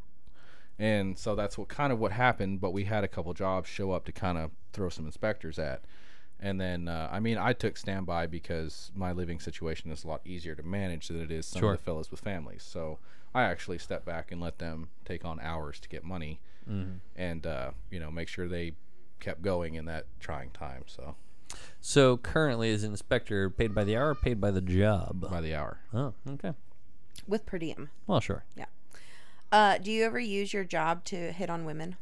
Speaker 3: And so that's what kind of what happened. But we had a couple jobs show up to kind of throw some inspectors at. And then, uh, I mean, I took standby because my living situation is a lot easier to manage than it is some
Speaker 1: Sure.
Speaker 3: of the fellas with families. So I actually stepped back and let them take on hours to get money, and uh, you know, make sure they kept going in that trying time. So
Speaker 1: So currently, is inspector paid by the hour, or paid by the job?
Speaker 3: by the hour,
Speaker 1: Oh, okay.
Speaker 2: With per diem.
Speaker 1: Well, sure.
Speaker 2: Uh, do you ever use your job to hit on women?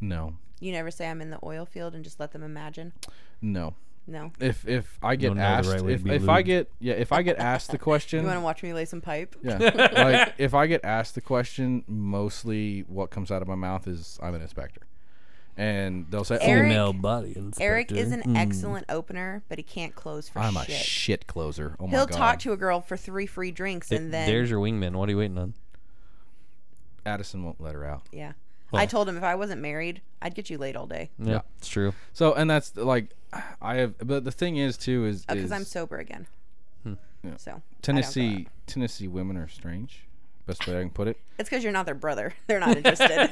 Speaker 3: no,
Speaker 2: You never say I'm in the oil field and just let them imagine.
Speaker 3: no.
Speaker 2: No.
Speaker 3: If if I get
Speaker 1: Don't know the
Speaker 3: asked,
Speaker 1: right way to
Speaker 3: if,
Speaker 1: be
Speaker 3: if I
Speaker 1: lubed.
Speaker 3: get yeah, if I get asked the question,
Speaker 2: You want to watch me lay some pipe?
Speaker 3: Hmm. Yeah. like if I get asked the question, mostly what comes out of my mouth is I'm an inspector. And they'll say,
Speaker 2: Eric-
Speaker 1: Female body inspector.
Speaker 2: Eric is an excellent opener, but he can't close for
Speaker 3: "Oh, Hmm. I'm a
Speaker 2: shit.
Speaker 3: shit closer." Oh my
Speaker 2: He'll
Speaker 3: god.
Speaker 2: talk to a girl for three free drinks and then
Speaker 1: There's your wingman. What are you waiting on?
Speaker 3: Addison won't let her out.
Speaker 2: yeah. I told him if I wasn't married, I'd get you laid all day
Speaker 1: Yeah, it's true.
Speaker 3: So, and that's like I have but the thing is too is,
Speaker 2: because
Speaker 3: is Hmm.
Speaker 2: I'm sober again. So I don't go out.
Speaker 3: Tennessee Tennessee women are strange,
Speaker 4: Best way I can put it.
Speaker 2: It's because you're not their brother. They're not interested.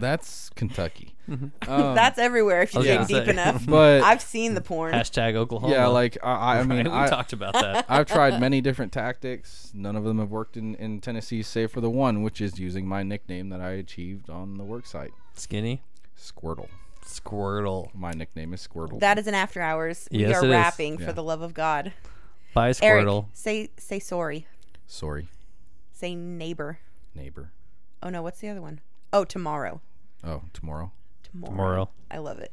Speaker 3: That's Kentucky. Um,
Speaker 2: That's everywhere if you
Speaker 1: was
Speaker 2: dig
Speaker 1: gonna
Speaker 2: deep
Speaker 1: say.
Speaker 2: enough.
Speaker 4: But
Speaker 2: I've seen the porn.
Speaker 1: Hashtag Oklahoma.
Speaker 3: Yeah,
Speaker 4: like I, I I mean,
Speaker 1: Right, we
Speaker 4: I,
Speaker 1: talked about that.
Speaker 3: I've tried many different tactics. None of them have worked in, in Tennessee, save for the one, which is using my nickname that I achieved on the work site,
Speaker 1: Skinny
Speaker 3: Squirtle.
Speaker 1: Squirtle.
Speaker 3: My nickname is Squirtle.
Speaker 2: That is an after hours. we
Speaker 1: Yes,
Speaker 2: are
Speaker 1: it is.
Speaker 2: rapping for
Speaker 3: Yeah.
Speaker 2: the love of God.
Speaker 1: Bye,
Speaker 2: Eric,
Speaker 1: Squirtle.
Speaker 2: say say sorry.
Speaker 3: Sorry,
Speaker 2: Say neighbor.
Speaker 3: neighbor.
Speaker 2: Oh no, what's the other one? Oh, tomorrow.
Speaker 3: Oh, tomorrow.
Speaker 2: Tomorrow.
Speaker 1: Tomorrow.
Speaker 2: I love it.